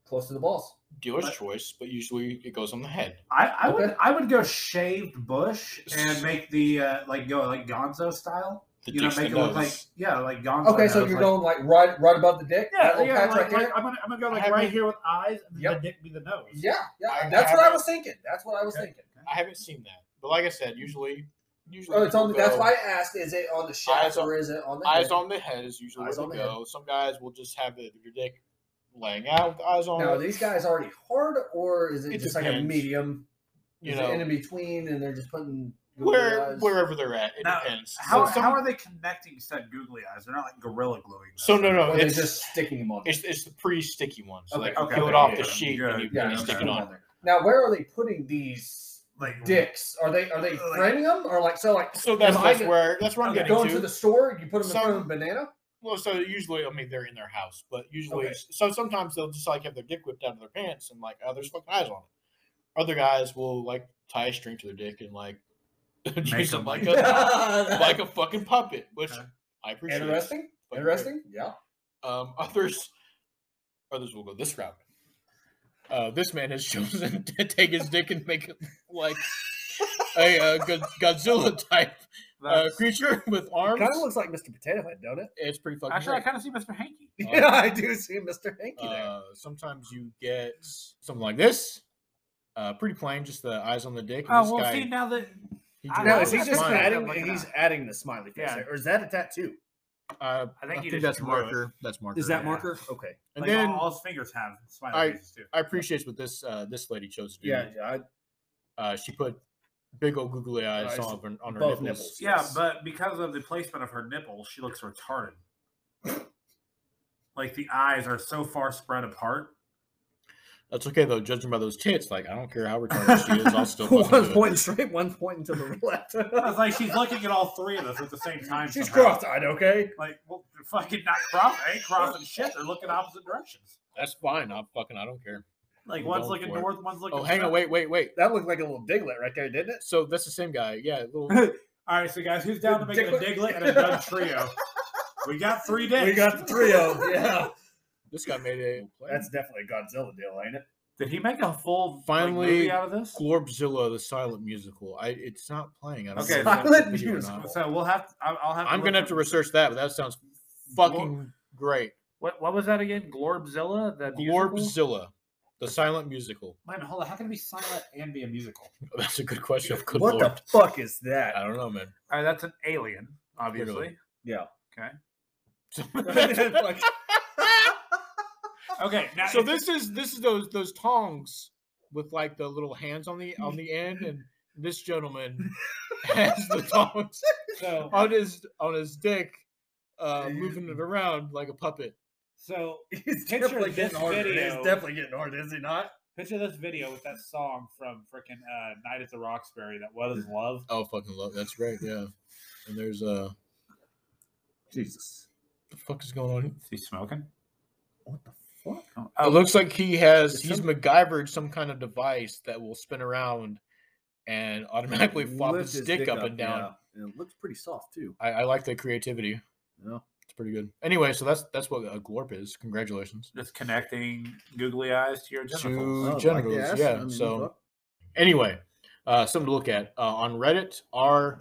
close to the balls? Dealer's But- choice, but usually it goes on the head. I, I would Okay. I would go shaved bush and make the uh, like go like Gonzo style. The you know, dick's make it the look nose. like yeah, like Gonzo. Okay, so nose, you're like- going like right, right above the dick. that Yeah, little yeah. patch Like, right there? like, I'm gonna I'm gonna go I like have right me- here with eyes, and Yep. the dick be the nose. Yeah, yeah. I That's what have I was thinking. That's what I was Okay. thinking. I haven't seen that, but like I said, usually, usually Oh, it's on. The, people that's go- why I asked: Is it on the shaft Eyes on- or is it on the? eyes head? on the head is usually Eyes where on they the head. go. Some guys will just have the, your dick laying out with the eyes on. Now, are it, these guys already hard, or is it, It just like a depends. medium? you is know, it in between, and they're just putting Google where eyes? wherever they're at, it Now, depends. How, So some- how are they connecting said googly eyes? They're not like gorilla gluing. those So, no, things. no, Or it- they're it's- just sticking them on. there? It's, it's the pre-sticky ones. Okay, like okay, you peel it okay, off yeah, the sheet good, and you, yeah, and you okay. stick them it on. there. Now, where are they putting these like dicks? Are they are they Like- framing them, or like so like? So that's, Am I that's gonna- where that's where I'm Okay. getting Going to. to the store, you put them in Some- front of a banana. well, so usually I mean they're in their house, but usually Okay. so sometimes they'll just like have their dick whipped out of their pants and like oh there's fucking eyes on it. Other guys will like tie a string to their dick and like use them them like like- a like a fucking puppet, which Okay. I appreciate. Interesting. But- Interesting. Yeah. Um, others others will go this route. Uh, this man has chosen to take his dick and make it like a uh, Go- Godzilla type uh, That's- creature with arms. Kind of looks like Mr. Potato Head, don't it? It's pretty fucking. Actually, I great. Um, kind of see Mr. Hanky. Yeah, I do see Mr. Hanky there. uh, sometimes you get something like this. Uh, pretty plain, just the eyes on the dick. and this Oh well, guy, see now that he I- drew now, a is he little just smile. adding- I'm looking at it. adding the smiley Yeah. there, or is that a tattoo? Uh, I I think, think, you just that's drew marker. It. that's marker. Is that Yeah. marker? Okay. And like, then all, all his fingers have smiley I- faces too. I appreciate what this uh, this lady chose to do. Yeah, yeah. I, Uh, she put big old googly eyes Eyes. on her, on her Both nipples. nipples. Yeah, Yes. but because of the placement of her nipple, she looks retarded. like the eyes are so far spread apart. That's okay though. Judging by those tits, like I don't care how retarded she is, I'll still fucking do one it. point straight, one point to the left. It's like she's looking at all three of us at the same time. She's somehow. cross-eyed, okay? Like, well, they're fucking not cross, I ain't crossing shit. They're looking opposite directions. That's fine. I'm fucking. I don't care. Like I'm one's going looking for it. north, one's looking. Oh, hang on. south. Wait, wait, wait. That looked like a little diglet right there, didn't it? So that's the same guy. Yeah, little. All right, so guys, who's down to make a Diglett. diglet and a dud trio? we got three dicks. We got the trio. Yeah, This guy made a that's definitely a Godzilla deal, ain't it? Did he make a full like, Finally- movie out of this? Glorbzilla, the silent musical. I it's not playing. I don't Okay, know if it's a silent video or not. musical. So we'll have. To, I'll I'll have. I'm look gonna have up- to research that, but that sounds fucking great. What What was that again? Glorbzilla. The musical? Glorbzilla, the silent musical. Oh, Wait a minute, hold on. How can it be silent and be a musical? That's a good question. Good what lord. the fuck is that? I don't know, man. All right, that's an alien, obviously. Yeah. so Okay, now this is this is those those tongs with like the little hands on the on the end, and this gentleman has the tongs so on his on his dick, uh, moving it around like a puppet. so He's Picture definitely this getting hard. He's video. definitely getting hard, is he not? picture this video with that song from freaking uh, Night at the Roxbury that was love. Oh, fucking love. That's right. Yeah. And there's uh, Jesus. the fuck is going on? here? Is he smoking? What the fuck? Oh, It looks like he has It's he's some- MacGyvered some kind of device that will spin around and automatically flop Lift his dick, up, and down. yeah. And it looks pretty soft too. I, I like the creativity. Yeah. It's pretty good. Anyway, so that's that's what a glorp is. Congratulations. just connecting googly eyes to your genitals. Two Oh, like genitals, the ass, yeah. I mean, so look. anyway, uh, something to look at uh, on Reddit. R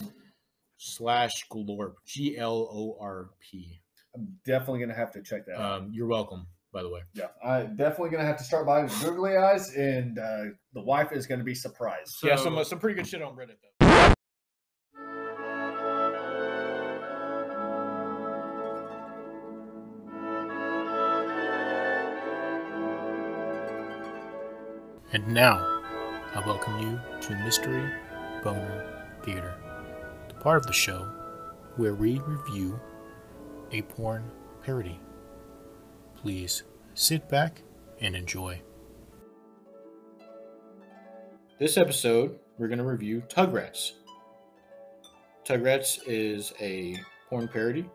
slash glorp. G L O R P. I'm definitely gonna have to check that. out. Um, you're welcome. By the way, Yeah, I'm definitely gonna have to start buying googly eyes, and uh, the wife is gonna be surprised. yeah, So- some uh, some pretty good shit on Reddit though. And now, I welcome you to Mystery Boner Theater, the part of the show where we review a porn parody. Please sit back and enjoy. This episode, we're going to review Tugrats. Tugrats is a porn parody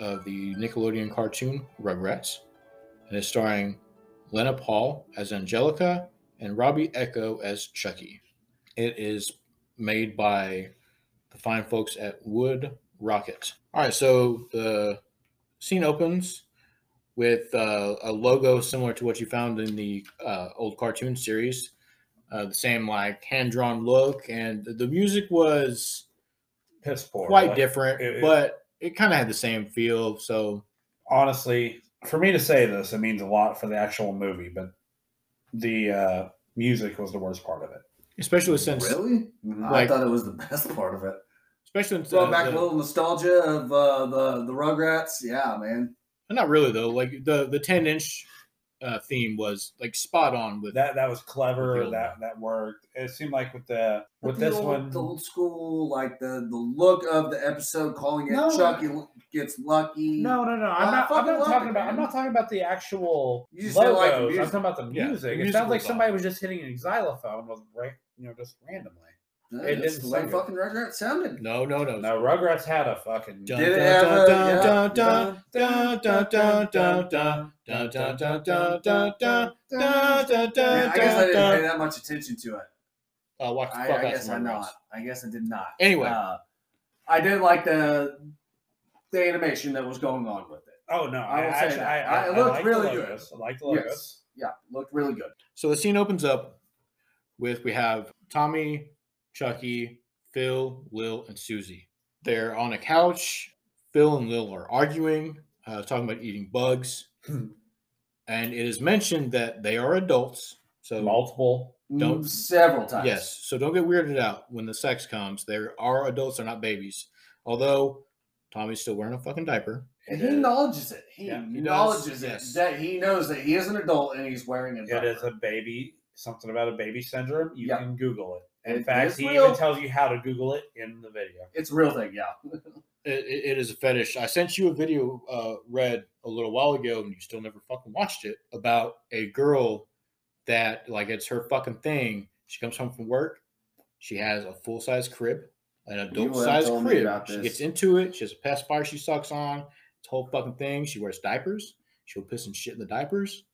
of the Nickelodeon cartoon Rugrats, and is starring Lena Paul as Angelica and Robbie Echo as Chucky. It is made by the fine folks at Wood Rocket. All right, so the scene opens with uh, a logo similar to what you found in the uh, old cartoon series, uh, the same like hand drawn look, and the music was Piss poor. quite Like, different, it- it- but it kind of had the same feel. So Honestly, for me to say this, it means a lot for the actual movie, but the uh, music was the worst part of it. especially since really? like- I thought it was the best part of it. especially since Throw uh, back the- a little nostalgia of uh, the the Rugrats. Yeah, man. not really though. Like the the ten inch uh, theme was like spot on with That that was clever. Feel That that worked. It seemed like with the with The this old- one, the old school, like the the look of the episode, calling it No. Chucky gets lucky. No, no, no. I I'm not. I'm fucking not love talking it, about. I'm man. not talking about the actual You just don't logos. like the I'm music. talking about the Yeah, the music. it music sounds like was somebody was just hitting a xylophone with right, you know, just randomly. Yeah, it that's didn't the way sound fucking Rugrats sounded. No, no, no. Now Rugrats had a fucking. Dun, Did it dun, have a- dun, yeah. dun, dun, dun, dun, dun, dun, dun, dun, dun, dun, dun, dun, dun, dun, dun, Man, I guess dun, I didn't pay dun. that much attention to it. Uh, watch the I, fuck I out guess I some not. Rugrats. I guess I did not. Anyway. Uh, I did like the the animation that was going on with it. Oh no! I, I will say actually, that. I, I, It I looked like really the good. logos. I like the Yes. logos. Yeah, looked really good. So the scene opens up with we have Tommy, Chucky, Phil, Lil, and Susie. They're on a couch. Phil and Lil are arguing, uh, talking about eating bugs. Hmm. and it is mentioned that they are adults. So Multiple. Don't- Mm, several times. Yes. So don't get weirded out when the sex comes. There are adults, they're not babies. Although Tommy's still wearing a fucking diaper. And he acknowledges it. He Yeah, he acknowledges does. it. Yes. That he knows that he is an adult and he's wearing a It diaper. is a baby, something about a baby syndrome. You Yeah. can Google it. In It fact, is he real. even tells you how to Google it in the video. it's a real thing, yeah. It, it- it is a fetish. I sent you a video, uh, read a little while ago, and you still never fucking watched it about a girl that, like, it's her fucking thing. She comes home from work. She has a full size crib, an adult size told me crib. about She this. gets into it. She has a pacifier she sucks on. It's a whole fucking thing. She wears diapers. She'll piss and shit in the diapers.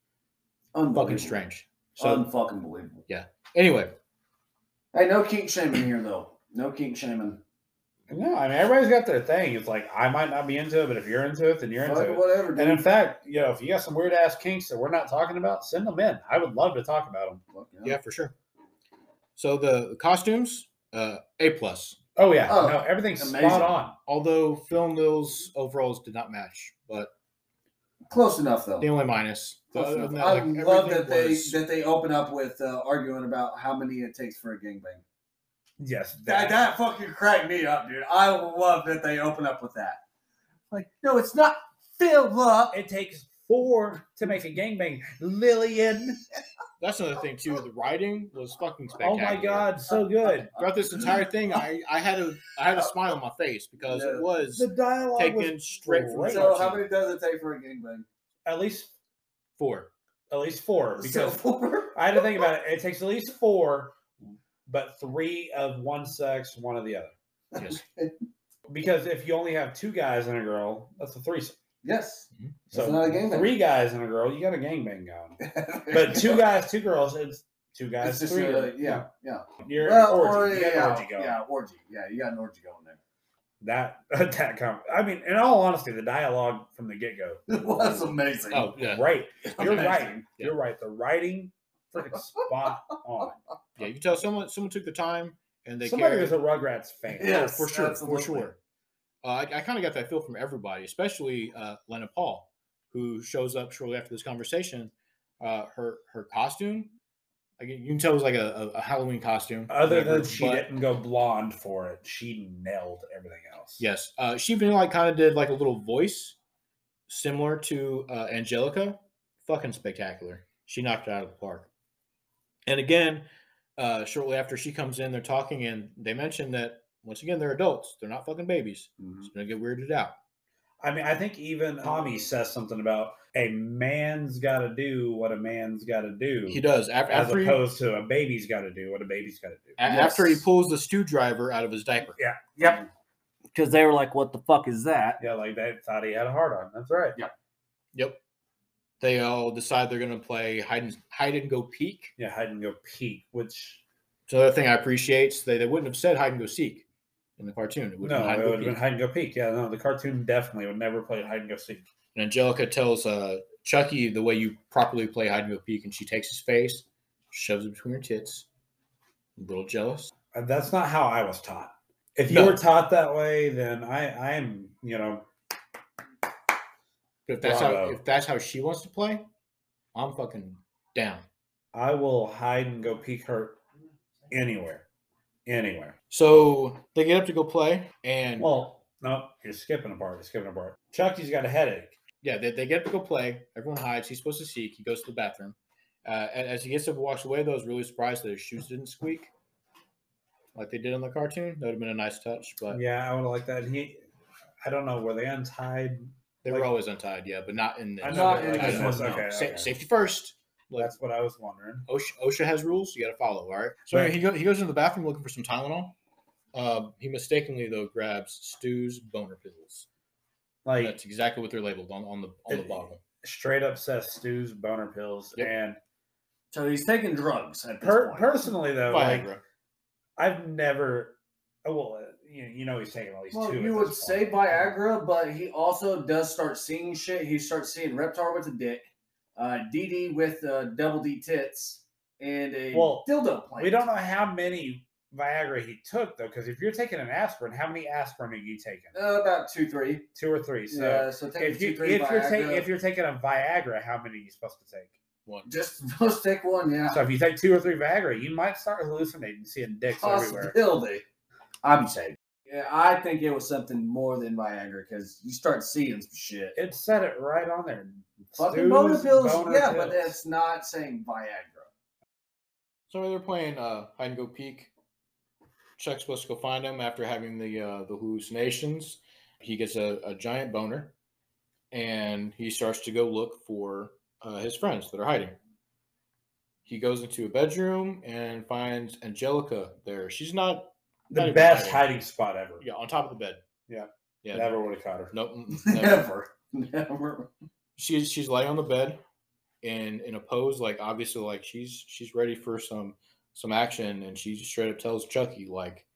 Fucking Unbelievable. strange. So, Unfucking believable. anyway, Hey, no kink shaming here though. No kink shaming. No, I mean everybody's got their thing. It's like I might not be into it, but if you're into it, then you're Fuck into it. whatever, And in dude. fact, you know, if you got some weird ass kinks that we're not talking about, send them in. I would love to talk about them. Fuck, yeah. yeah, for sure. So the costumes, uh, a plus. Oh yeah, Oh, no, everything's amazing. spot on. Although Phil Nils overalls did not match, but Close enough though. the only minus. But Close other enough. than I that, like, love everything that they was- that they open up with uh, arguing about how many it takes for a gangbang. Yes, that- That that fucking cracked me up, dude. I love that they open up with that. Like, no, it's not Phil up. it takes four to make a gangbang. Lillian, That's another thing too. The writing was fucking oh spectacular. my god, so good. Throughout this entire thing, I, I had a I had a smile on my face because Yeah. it was The dialogue was taken straight from great. Shark So, how Tank. many does it take for a gangbang? at least four. at least four So because four. I had to think about it. It takes at least four, but three of one sex, one of the other. Yes. Because if you only have two guys and a girl, that's a threesome. Yes. So That's not a gangbang. three guys and a girl, you got a gangbang going. But two guys, two girls, it's two It's guys, just three. a, girls. yeah, yeah. you're Well, orgy. or, you got an yeah, orgy going. yeah, orgy. Yeah, you got an orgy going there. That that com- I mean, in all honesty, the dialogue from the get go, It was amazing. Oh yeah, right? You're Amazing. right. Yeah. You're right. The writing, freaking spot on. yeah. You can tell someone someone took the time and they Somebody cared. was a Rugrats fan. Yeah. Yes, for sure, absolutely. for sure. Uh, I, I kind of got that feel from everybody, especially uh, Lena Paul, who shows up shortly after this conversation. Uh, her her costume, I can, you can tell it was like a, a- a Halloween costume. Other whatever, than she but- didn't go blonde for it, she nailed everything else. Yes, uh, she even like kind of did like a little voice similar to uh, Angelica. Fucking spectacular. She knocked it out of the park. And again, uh, shortly after she comes in, they're talking and they mention that once again they're adults. They're not fucking babies. Mhm. It's gonna get weirded out. I mean, I think even Tommy says something about a man's got to do what a man's got to do, He does. Af- as after, he, a- opposed to a baby's got to do what a baby's got to do. after he Yes. pulls the screwdriver out of his diaper. Yep. Because they were like, "What the fuck is that?" Yeah, like they thought he had a hard on. That's right. Yep. They all decide they're gonna play hide and hide and go peek. Yeah, hide and go peek, which It's another thing I appreciate. They they wouldn't have said hide and go seek in the cartoon. It would have no, been hide and it go would have peek. been hide and go peek. Yeah, no, the cartoon definitely would never play hide and go seek. And Angelica tells uh, Chucky the way you properly play hide and go peek, and she takes his face, shoves it between her tits. A little jealous. Uh, That's not how I was taught. If you No. were taught that way, then I, I am, you know, But if that's how Bravo. if that's how she wants to play, I'm fucking down. I will hide and go peek her anywhere, anywhere. So they get up to go play, and Well, no, you're skipping a part. You're skipping a part. Chucky's got a headache. yeah, they, they get up to go play. Everyone hides. He's supposed to seek. He goes to the bathroom. Uh, a- as he gets up and walks away, though, I was really surprised that his shoes didn't squeak like they did on the cartoon. That would have been a nice touch, but Yeah, I would like that. And he, I don't know, were they untied? they Like- were always untied, yeah, but not in this. I know Not they in were this untied. one, no. Okay, Sa- okay. Safety first. Like, That's what I was wondering. OSHA, OSHA has rules you got to follow. All right. So Right. anyway, he, go, he goes into the bathroom looking for some Tylenol. Um, he mistakenly though grabs Stu's boner pills. Like That's exactly what they're labeled on, on the on the It- bottle. straight up says Stu's boner pills. Yep. And So he's taking drugs at this per- point. personally though, like Viagra. I've never. oh, Well, uh, you you know he's taking at least Well, two. you at would this say point. Viagra, but he also does start seeing shit. He starts seeing Reptar with a dick, uh, DD with uh, double D tits, and a Well, dildo plant. We don't know how many Viagra he took though, because if you're taking an aspirin, how many aspirin are you taking? Uh, about two, three. two or three. So yeah, so take if two, you three if you're taking Viagra. if you're taking a Viagra, how many are you supposed to take? One. just just take one, yeah. So if you take two or three Viagra, you might start hallucinating, seeing dicks everywhere. Possibility. I'm saying. Yeah, I think it was something more than Viagra because you start seeing some shit. It said it right on there. Fucking Snooze, boner pills, boner yeah, but pills. that's not saying Viagra. So they're playing uh, hide and go peek. Chuck's supposed to go find him after having the uh, the hallucinations. He gets a, a giant boner, and he starts to go look for uh, his friends that are hiding. He goes into a bedroom and finds Angelica there. She's not Not the even best hiding. hiding spot ever. yeah on top of the bed. Yeah. yeah. Never would have caught her. Nope. mm, never. Never, never. she's she's laying on the bed and in a pose like obviously like she's she's ready for some some action and she just straight up tells Chucky like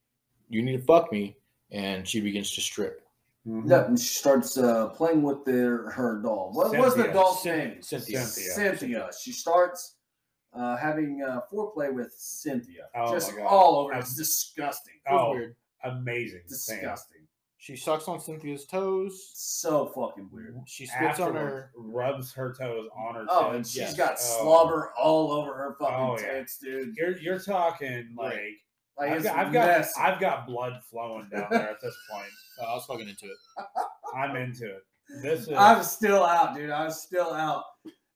you need to fuck me and she begins to strip. No, and she starts uh, playing with their her doll. What was the Cynthia. doll's Cyn- name? Cynthia. Cynthia. Cynthia. She starts uh, having uh, foreplay with Cynthia. Oh my Just God. all over. I'm- It's disgusting. It was Oh, weird. amazing. Disgusting. She sucks on Cynthia's toes. So fucking weird. She Damn. spits on Afterwards, her. rubs her toes on her. Oh, tits. and she's yes. got Oh. slobber all over her fucking Oh, yeah. tits, dude. You're you're talking like, Right. Like I've it's got I've got, messy. I've got blood flowing down there at this point. Oh, I was fucking into it. I'm into it. This is I was still out, dude. I was still out,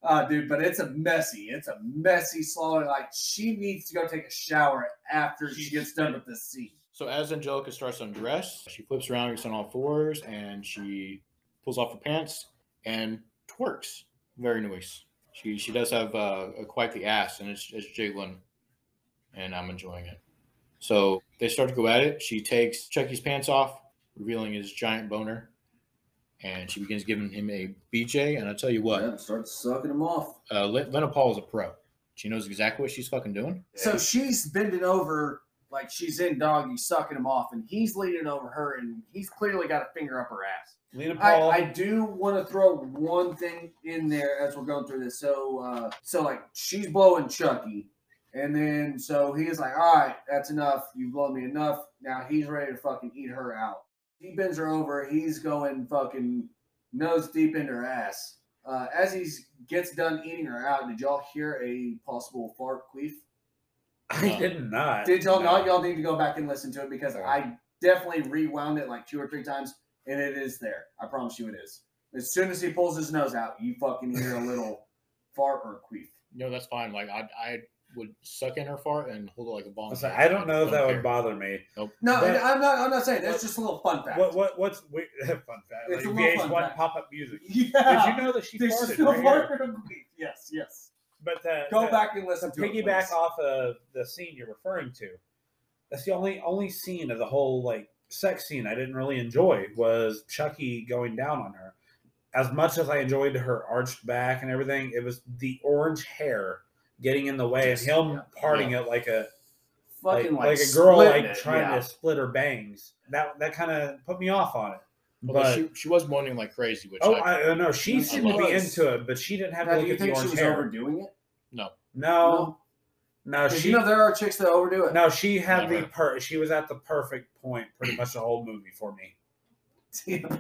uh, dude. But it's a messy, it's a messy slaughter. Like she needs to go take a shower after she gets done with this scene. So as Angelica starts to undress, she flips around, gets on all fours, and she pulls off her pants and twerks. Very nice. She she does have uh, quite the ass, and it's, it's jiggling, and I'm enjoying it. So they start to go at it. She takes Chucky's pants off, revealing his giant boner, and she begins giving him a BJ. And I tell you what, Yeah, start sucking him off. uh, Lin- Lena Paul is a pro. She knows exactly what she's fucking doing. So she's bending over like she's in doggy, sucking him off, and he's leaning over her, and he's clearly got a finger up her ass. Lena I, Paul. I do want to throw one thing in there as we're going through this. So, uh, so like she's blowing Chucky, and then so he's like, "All right, that's enough. You blow me enough." Now he's ready to fucking eat her out. He bends her over. He's going fucking nose deep into her ass. Uh, as he gets done eating her out, did y'all hear a possible fart queef? I, did not. Did y'all No. not? Y'all need to go back and listen to it because I definitely rewound it like two or three times, and it is there. I promise you, it is. As soon as he pulls his nose out, you fucking hear a little fart or queef. No, that's fine. Like I I would suck in her fart and hold it like a I ball. was like, I don't know if that would care. bother me. No, and That- I'm not. I'm not saying that's just a little fun fact. What what what's we, fun fact? Like It's a little fun VH1 fact. pop up music. Yeah, Did you know that she there's farted? no right here? fart or queef. Yes, yes. But the, Go the- back and listen to it. piggyback please. off of the scene you're referring to. That's the only only scene of the whole like sex scene I didn't really enjoy was Chucky going down on her. As much as I enjoyed her arched back and everything, it was the orange hair getting in the way Yes, and him yeah, parting it like a like, fucking like a girl like splitting it, trying yeah. to split her bangs. That that kind of put me off on it. Well, But she, she was moaning like crazy, which oh, I, I, I know she She seemed to be was. into it, but she didn't have Now, to look do you at the think she orange was hair. overdoing it? no, no, Did she you know there are chicks that overdo it? No, she had Never. the per. She was at the perfect point, pretty much the whole movie for me.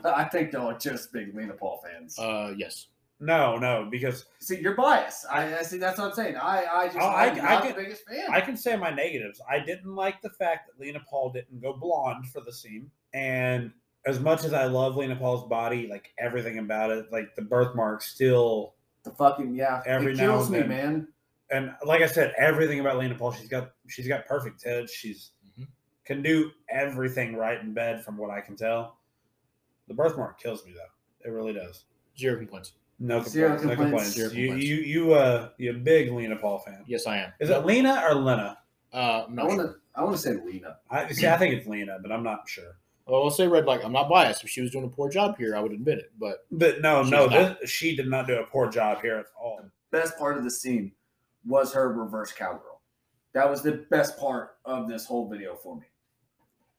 I think y'all are just big Lena Paul fans. uh, yes. No, no, because See, you're biased. I, I see. That's what I'm saying. I, I just, Oh, I- I I'm not get- the biggest fan. I can say my negatives. I didn't like the fact that Lena Paul didn't go blonde for the scene, and as much as I love Lena Paul's body, like everything about it, like the birthmark still, the fucking yeah, Every it now kills and me, then. man. and like I said, everything about Lena Paul, she's got she's got perfect head. She's Mhm. can do everything right in bed, from what I can tell. The birthmark kills me though; it really does. Zero complaints. No Zero complaints. No complaints. complaints. Zero You, complaints. you, you, uh, you a big Lena Paul fan. Yes, I am. Is it Lena or Lena? Uh, I'm I not want sure. to, I want to say Lena. I see. I think it's Lena, but I'm not sure. Well, I'll say red like I'm not biased. If she was doing a poor job here, I would admit it. But But no, She's no, not. this, she did not do a poor job here at all. Best part of the scene was her reverse cowgirl. That was the best part of this whole video for me.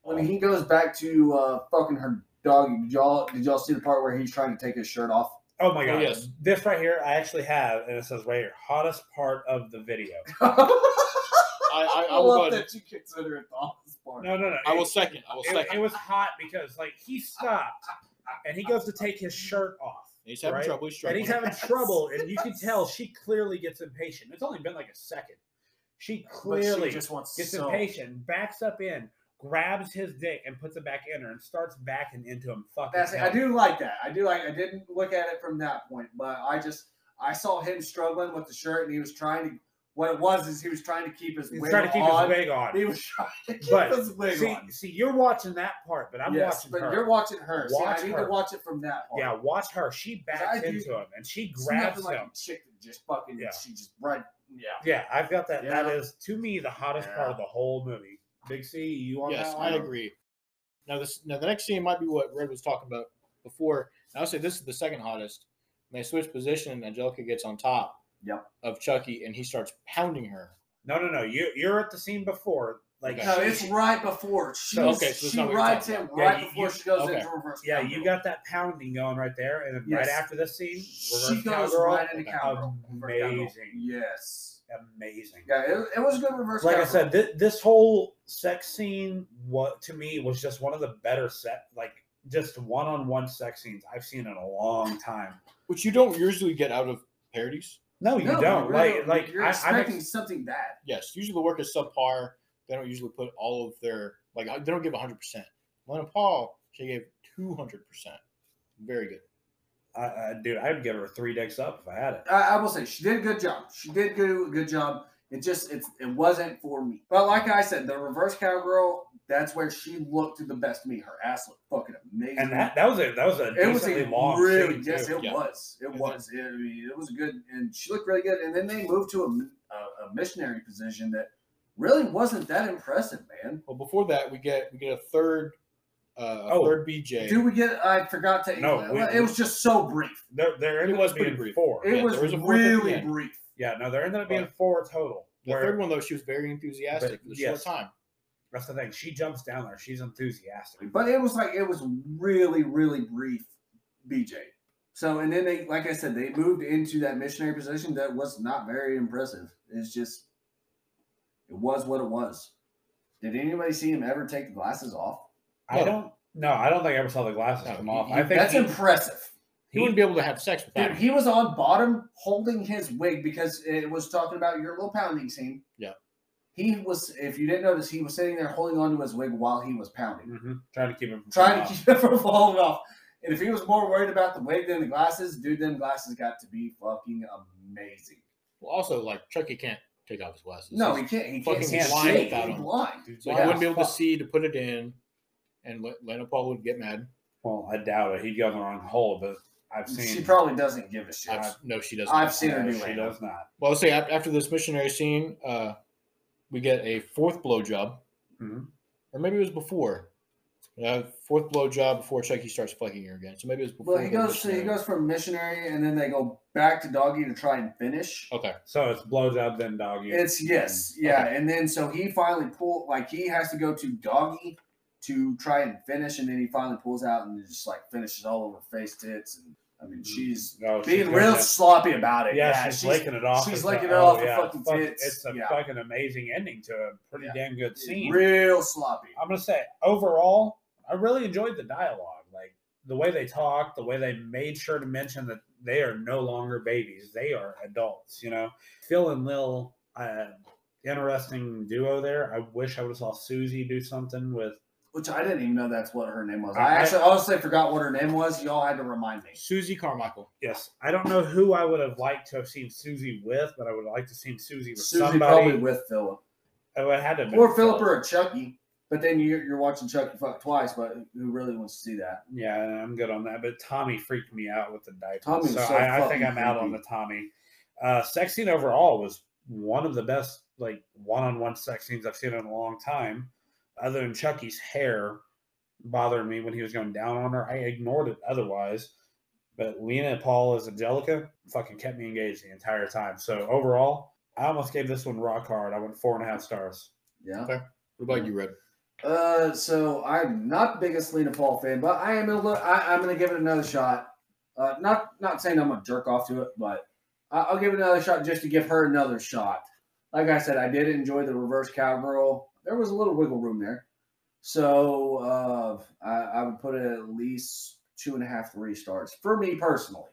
When he goes back to uh, fucking her dog, did y'all, did y'all see the part where he's trying to take his shirt off? Oh my Oh, god, yes. this right here, I actually have, and it says right here, hottest part of the video. I, I, I, I will, go love ahead. that you consider it the honest part. No, no, no. I will it, second. I will it, second. it was hot because like he stopped and he goes to take his shirt off. he's having right? trouble. He's and struggling. he's having trouble, and you can tell she clearly gets impatient. It's only been like a second. She But she clearly just wants gets so impatient, backs up in, grabs his dick and puts it back in her and starts backing into him. Fucking. That's it. I hell. do like that. I do like. I didn't look at it from that point, but I just I saw him struggling with the shirt, and he was trying to. What it was is he was trying to keep his He's wig trying to keep on. his wig on. He was trying to keep But, his wig see, on. see, you're watching that part, but I'm Yes, watching but her. you're watching her. See, Watch I need her. to watch it from that part. yeah, watch her. She I backs do- into him and she It's grabs nothing like him. a chick that just fucking. Yeah. She just right. Yeah. Yeah, I've got that. That Yeah. is to me the hottest Yeah. part of the whole movie. Big C, you on Yes, that? I one? agree. Now this now the next scene might be what Red was talking about before. And I would say this is the second hottest. And they switch position and Angelica gets on top Yep. of Chucky and he starts pounding her. No, no, no. You you're at the scene before. Like Okay. No, she- it's right before. She, Okay, so it's she not what you're rides talking him about. Yeah, right you- before you- she goes okay. into reverse. yeah, you cowgirl. got that pounding going right there, and then right Yes. after this scene, She reverse goes cowgirl, right into Okay. cowgirl. amazing, Yes. amazing. Yeah, it, it was a good reverse. Like I cowgirl. said, thi- this whole sex scene, what to me was just one of the better set, like just one-on-one sex scenes I've seen in a long time. Which you don't usually get out of parodies. No, you No, don't. you like, don't. like you're I, I'm expecting ex- something bad. Yes, usually the work is subpar. They don't usually put all of their like they don't give hundred percent. Lena Paul, she gave two hundred percent. Very good. I, I, dude, I'd give her three dicks up if I had it. I, I will say she did a good job. She did do a good job. It just it's it wasn't for me. But like I said, the reverse cowgirl, that's where she looked the best to me. Her ass looked fucking amazing. And that that was a that was a it was decently a long really scene, yes, too. it Yeah. was. It And was. It, I mean, it was good, and she looked really good. And then they moved to a m- a, a missionary position that really wasn't that impressive, man. Well, before that, we get we get a third, uh, a Oh, third BJ. Do we get? I forgot to. No, we- it was just so brief. There, there It ended was up pretty being brief. four. It Yeah, was there was a fourth at the really end. brief. Yeah, no, there ended up being But- four total. the where- third one though, she was very enthusiastic But- for the yes. short time. That's the thing. She jumps down there. She's enthusiastic. But it was like it was really, really brief BJ. So and then they like I said, they moved into that missionary position that was not very impressive. It's just it was what it was. Did anybody see him ever take the glasses off? I don't. No, I don't think I ever saw the glasses No, come he- off. he- I think That's he- impressive. He, wouldn't be able to have sex with Dude, that. he was on bottom holding his wig because it was talking about your little pounding scene. Yeah. He was if you didn't notice, he was sitting there holding onto his wig while he was pounding. Mhm. trying to keep him from trying falling to off. keep it from falling off. And if he was more worried about the wig than the glasses, dude, them glasses got to be fucking amazing. Well, also, like Chucky can't take off his glasses. No, he he's, can't. He Fucking can't. He's blind blind. without He's him. blind. Dude, so he yeah, wouldn't be able to fuck. see to put it in, and Le- Lena Paul would get mad. Well, I doubt it. He'd go in the wrong hole, but I've seen. She probably doesn't give a shit. I've, no, she doesn't. I've seen her Yeah, do she it. does not. Well, let's say af- after this missionary scene, uh, we get a fourth blowjob, Mhm. or maybe it was before. Yeah, fourth blowjob before Chucky starts fucking her again. So maybe it was before. Well, he the goes. He missionary. goes from missionary, and then they go back to doggy to try and finish. Oh, Okay. So it's blowjob then doggy. It's yes, Mm-hmm. yeah, and then so he finally pull like he has to go to doggy to try and finish, and then he finally pulls out and just like finishes all over face tits, and I mean she's No, Mm-hmm. she's being doing real that. sloppy about it. Yeah, she's, licking it off. she's and stuff. licking it off the yeah, fucking fuck- tits. It's a Yeah. fucking amazing ending to a pretty Yeah. damn good scene. real sloppy. I'm gonna say overall, I really enjoyed the dialogue, like the way they talked, the way they made sure to mention that they are no longer babies; they are adults. You know, Phil and Lil, uh, interesting duo there. I wish I would have saw Susie do something with Which I didn't even know that's what her name was. I- I, actually honestly forgot what her name was. Y'all had to remind me. Susie Carmichael. yes. I don't know who I would have liked to have seen Susie with, but I would have liked to have seen Susie with Susie probably somebody. with Philip I would have had to have been or Philip or Chucky. But then you're, you're watching Chucky fuck twice. But who really wants to see that? Yeah, I'm good on that. But Tommy freaked me out with the diaper. Tommy's so so I, I think fucking I'm out on the creepy. Tommy. Uh, sex scene overall was one of the best, like one-on-one sex scenes I've seen in a long time. Other than Chucky's hair bothered me when he was going down on her, I ignored it otherwise. But Lena and Paul as Angelica fucking kept me engaged the entire time. So overall, I almost gave this one rock hard. I went four and a half stars. Yeah. What about you, Red? Uh, so I'm not the biggest Lena Paul fan, but I am. A little, I, I'm going to give it another shot. Uh, not not saying I'm a jerk off to it, but I, I'll give it another shot just to give her another shot. Like I said, I did enjoy the reverse cowgirl. There was a little wiggle room there, so uh, I, I would put it at least two and a half, three stars for me personally.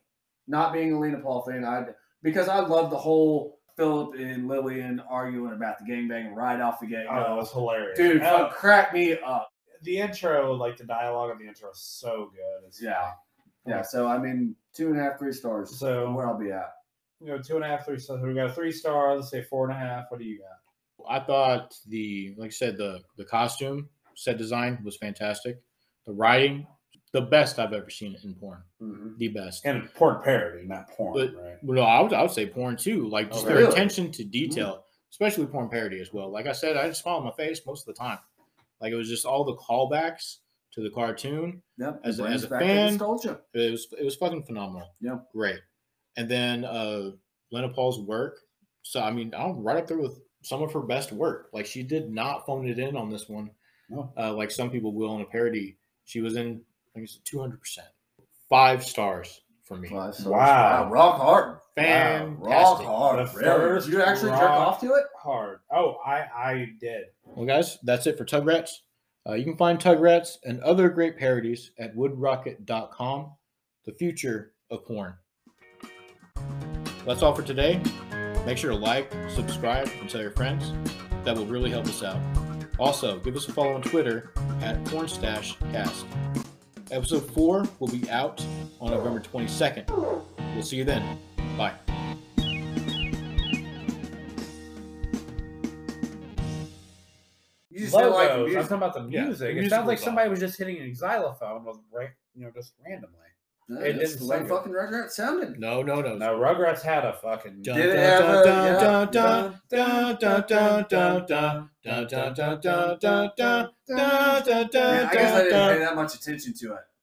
Not being a Lena Paul fan, I would because I love the whole Philip and Lillian arguing about the gangbang right off the get Oh, that go. was hilarious. Dude, Oh, fuck, crack me up. the intro, like the dialogue of the intro, is so good. It's- Yeah. Yeah, so I mean, two and a half, three stars. So- where I'll be at. You know, two and a half, three. So we got a three star. Let's say four and a half. What do you got? I thought the like I said the the costume set design was fantastic. The writing, the best I've ever seen in porn, Mm-hmm. the best. And a porn parody, not porn, But- right? Well, no, I would I would say porn too. Like just Oh, their really? attention to detail, especially porn parody as well. Like I said, I had a smile on my face most of the time. Like it was just all the callbacks to the cartoon. Yep. As a- brings as a back the fan- nostalgia. It was it was fucking phenomenal. Yeah. great. And then uh Lena Paul's work. So I mean, I'm right up there with some of her best work. Like she did not phone it in on this one, No. uh, like some people will in a parody. She was in, I think it's 200, percent five stars for me. Five stars. Wow. Rock hard. Fantastic. Rock hard. The really. first Did you actually jerk rock- off to it? Hard. Oh, I I did. Well, guys, that's it for Tugrats. Uh, you can find Tugrats and other great parodies at woodrocket.com, the future of porn. That's all for today. Make sure to like, subscribe, and tell your friends. That will really help us out. Also, give us a follow on Twitter at PornstashCast. Episode 4 will be out on November 22nd. We'll see you then. Bye. You just said Logos. like I'm music. talking about the Yeah, music. the it musical sounds like somebody vibe. was just hitting a xylophone, with, right? You know, just randomly. No, it that's didn't the way sound good. fucking Rugrats sounded. No, no, no. Now Rugrats had a fucking. Dun, Did it dun, have dun, dun, a- dun, dun, dun, dun, dun, dun, dun, dun, dun, dun, dun, dun. Man, I guess I didn't pay that much attention to it.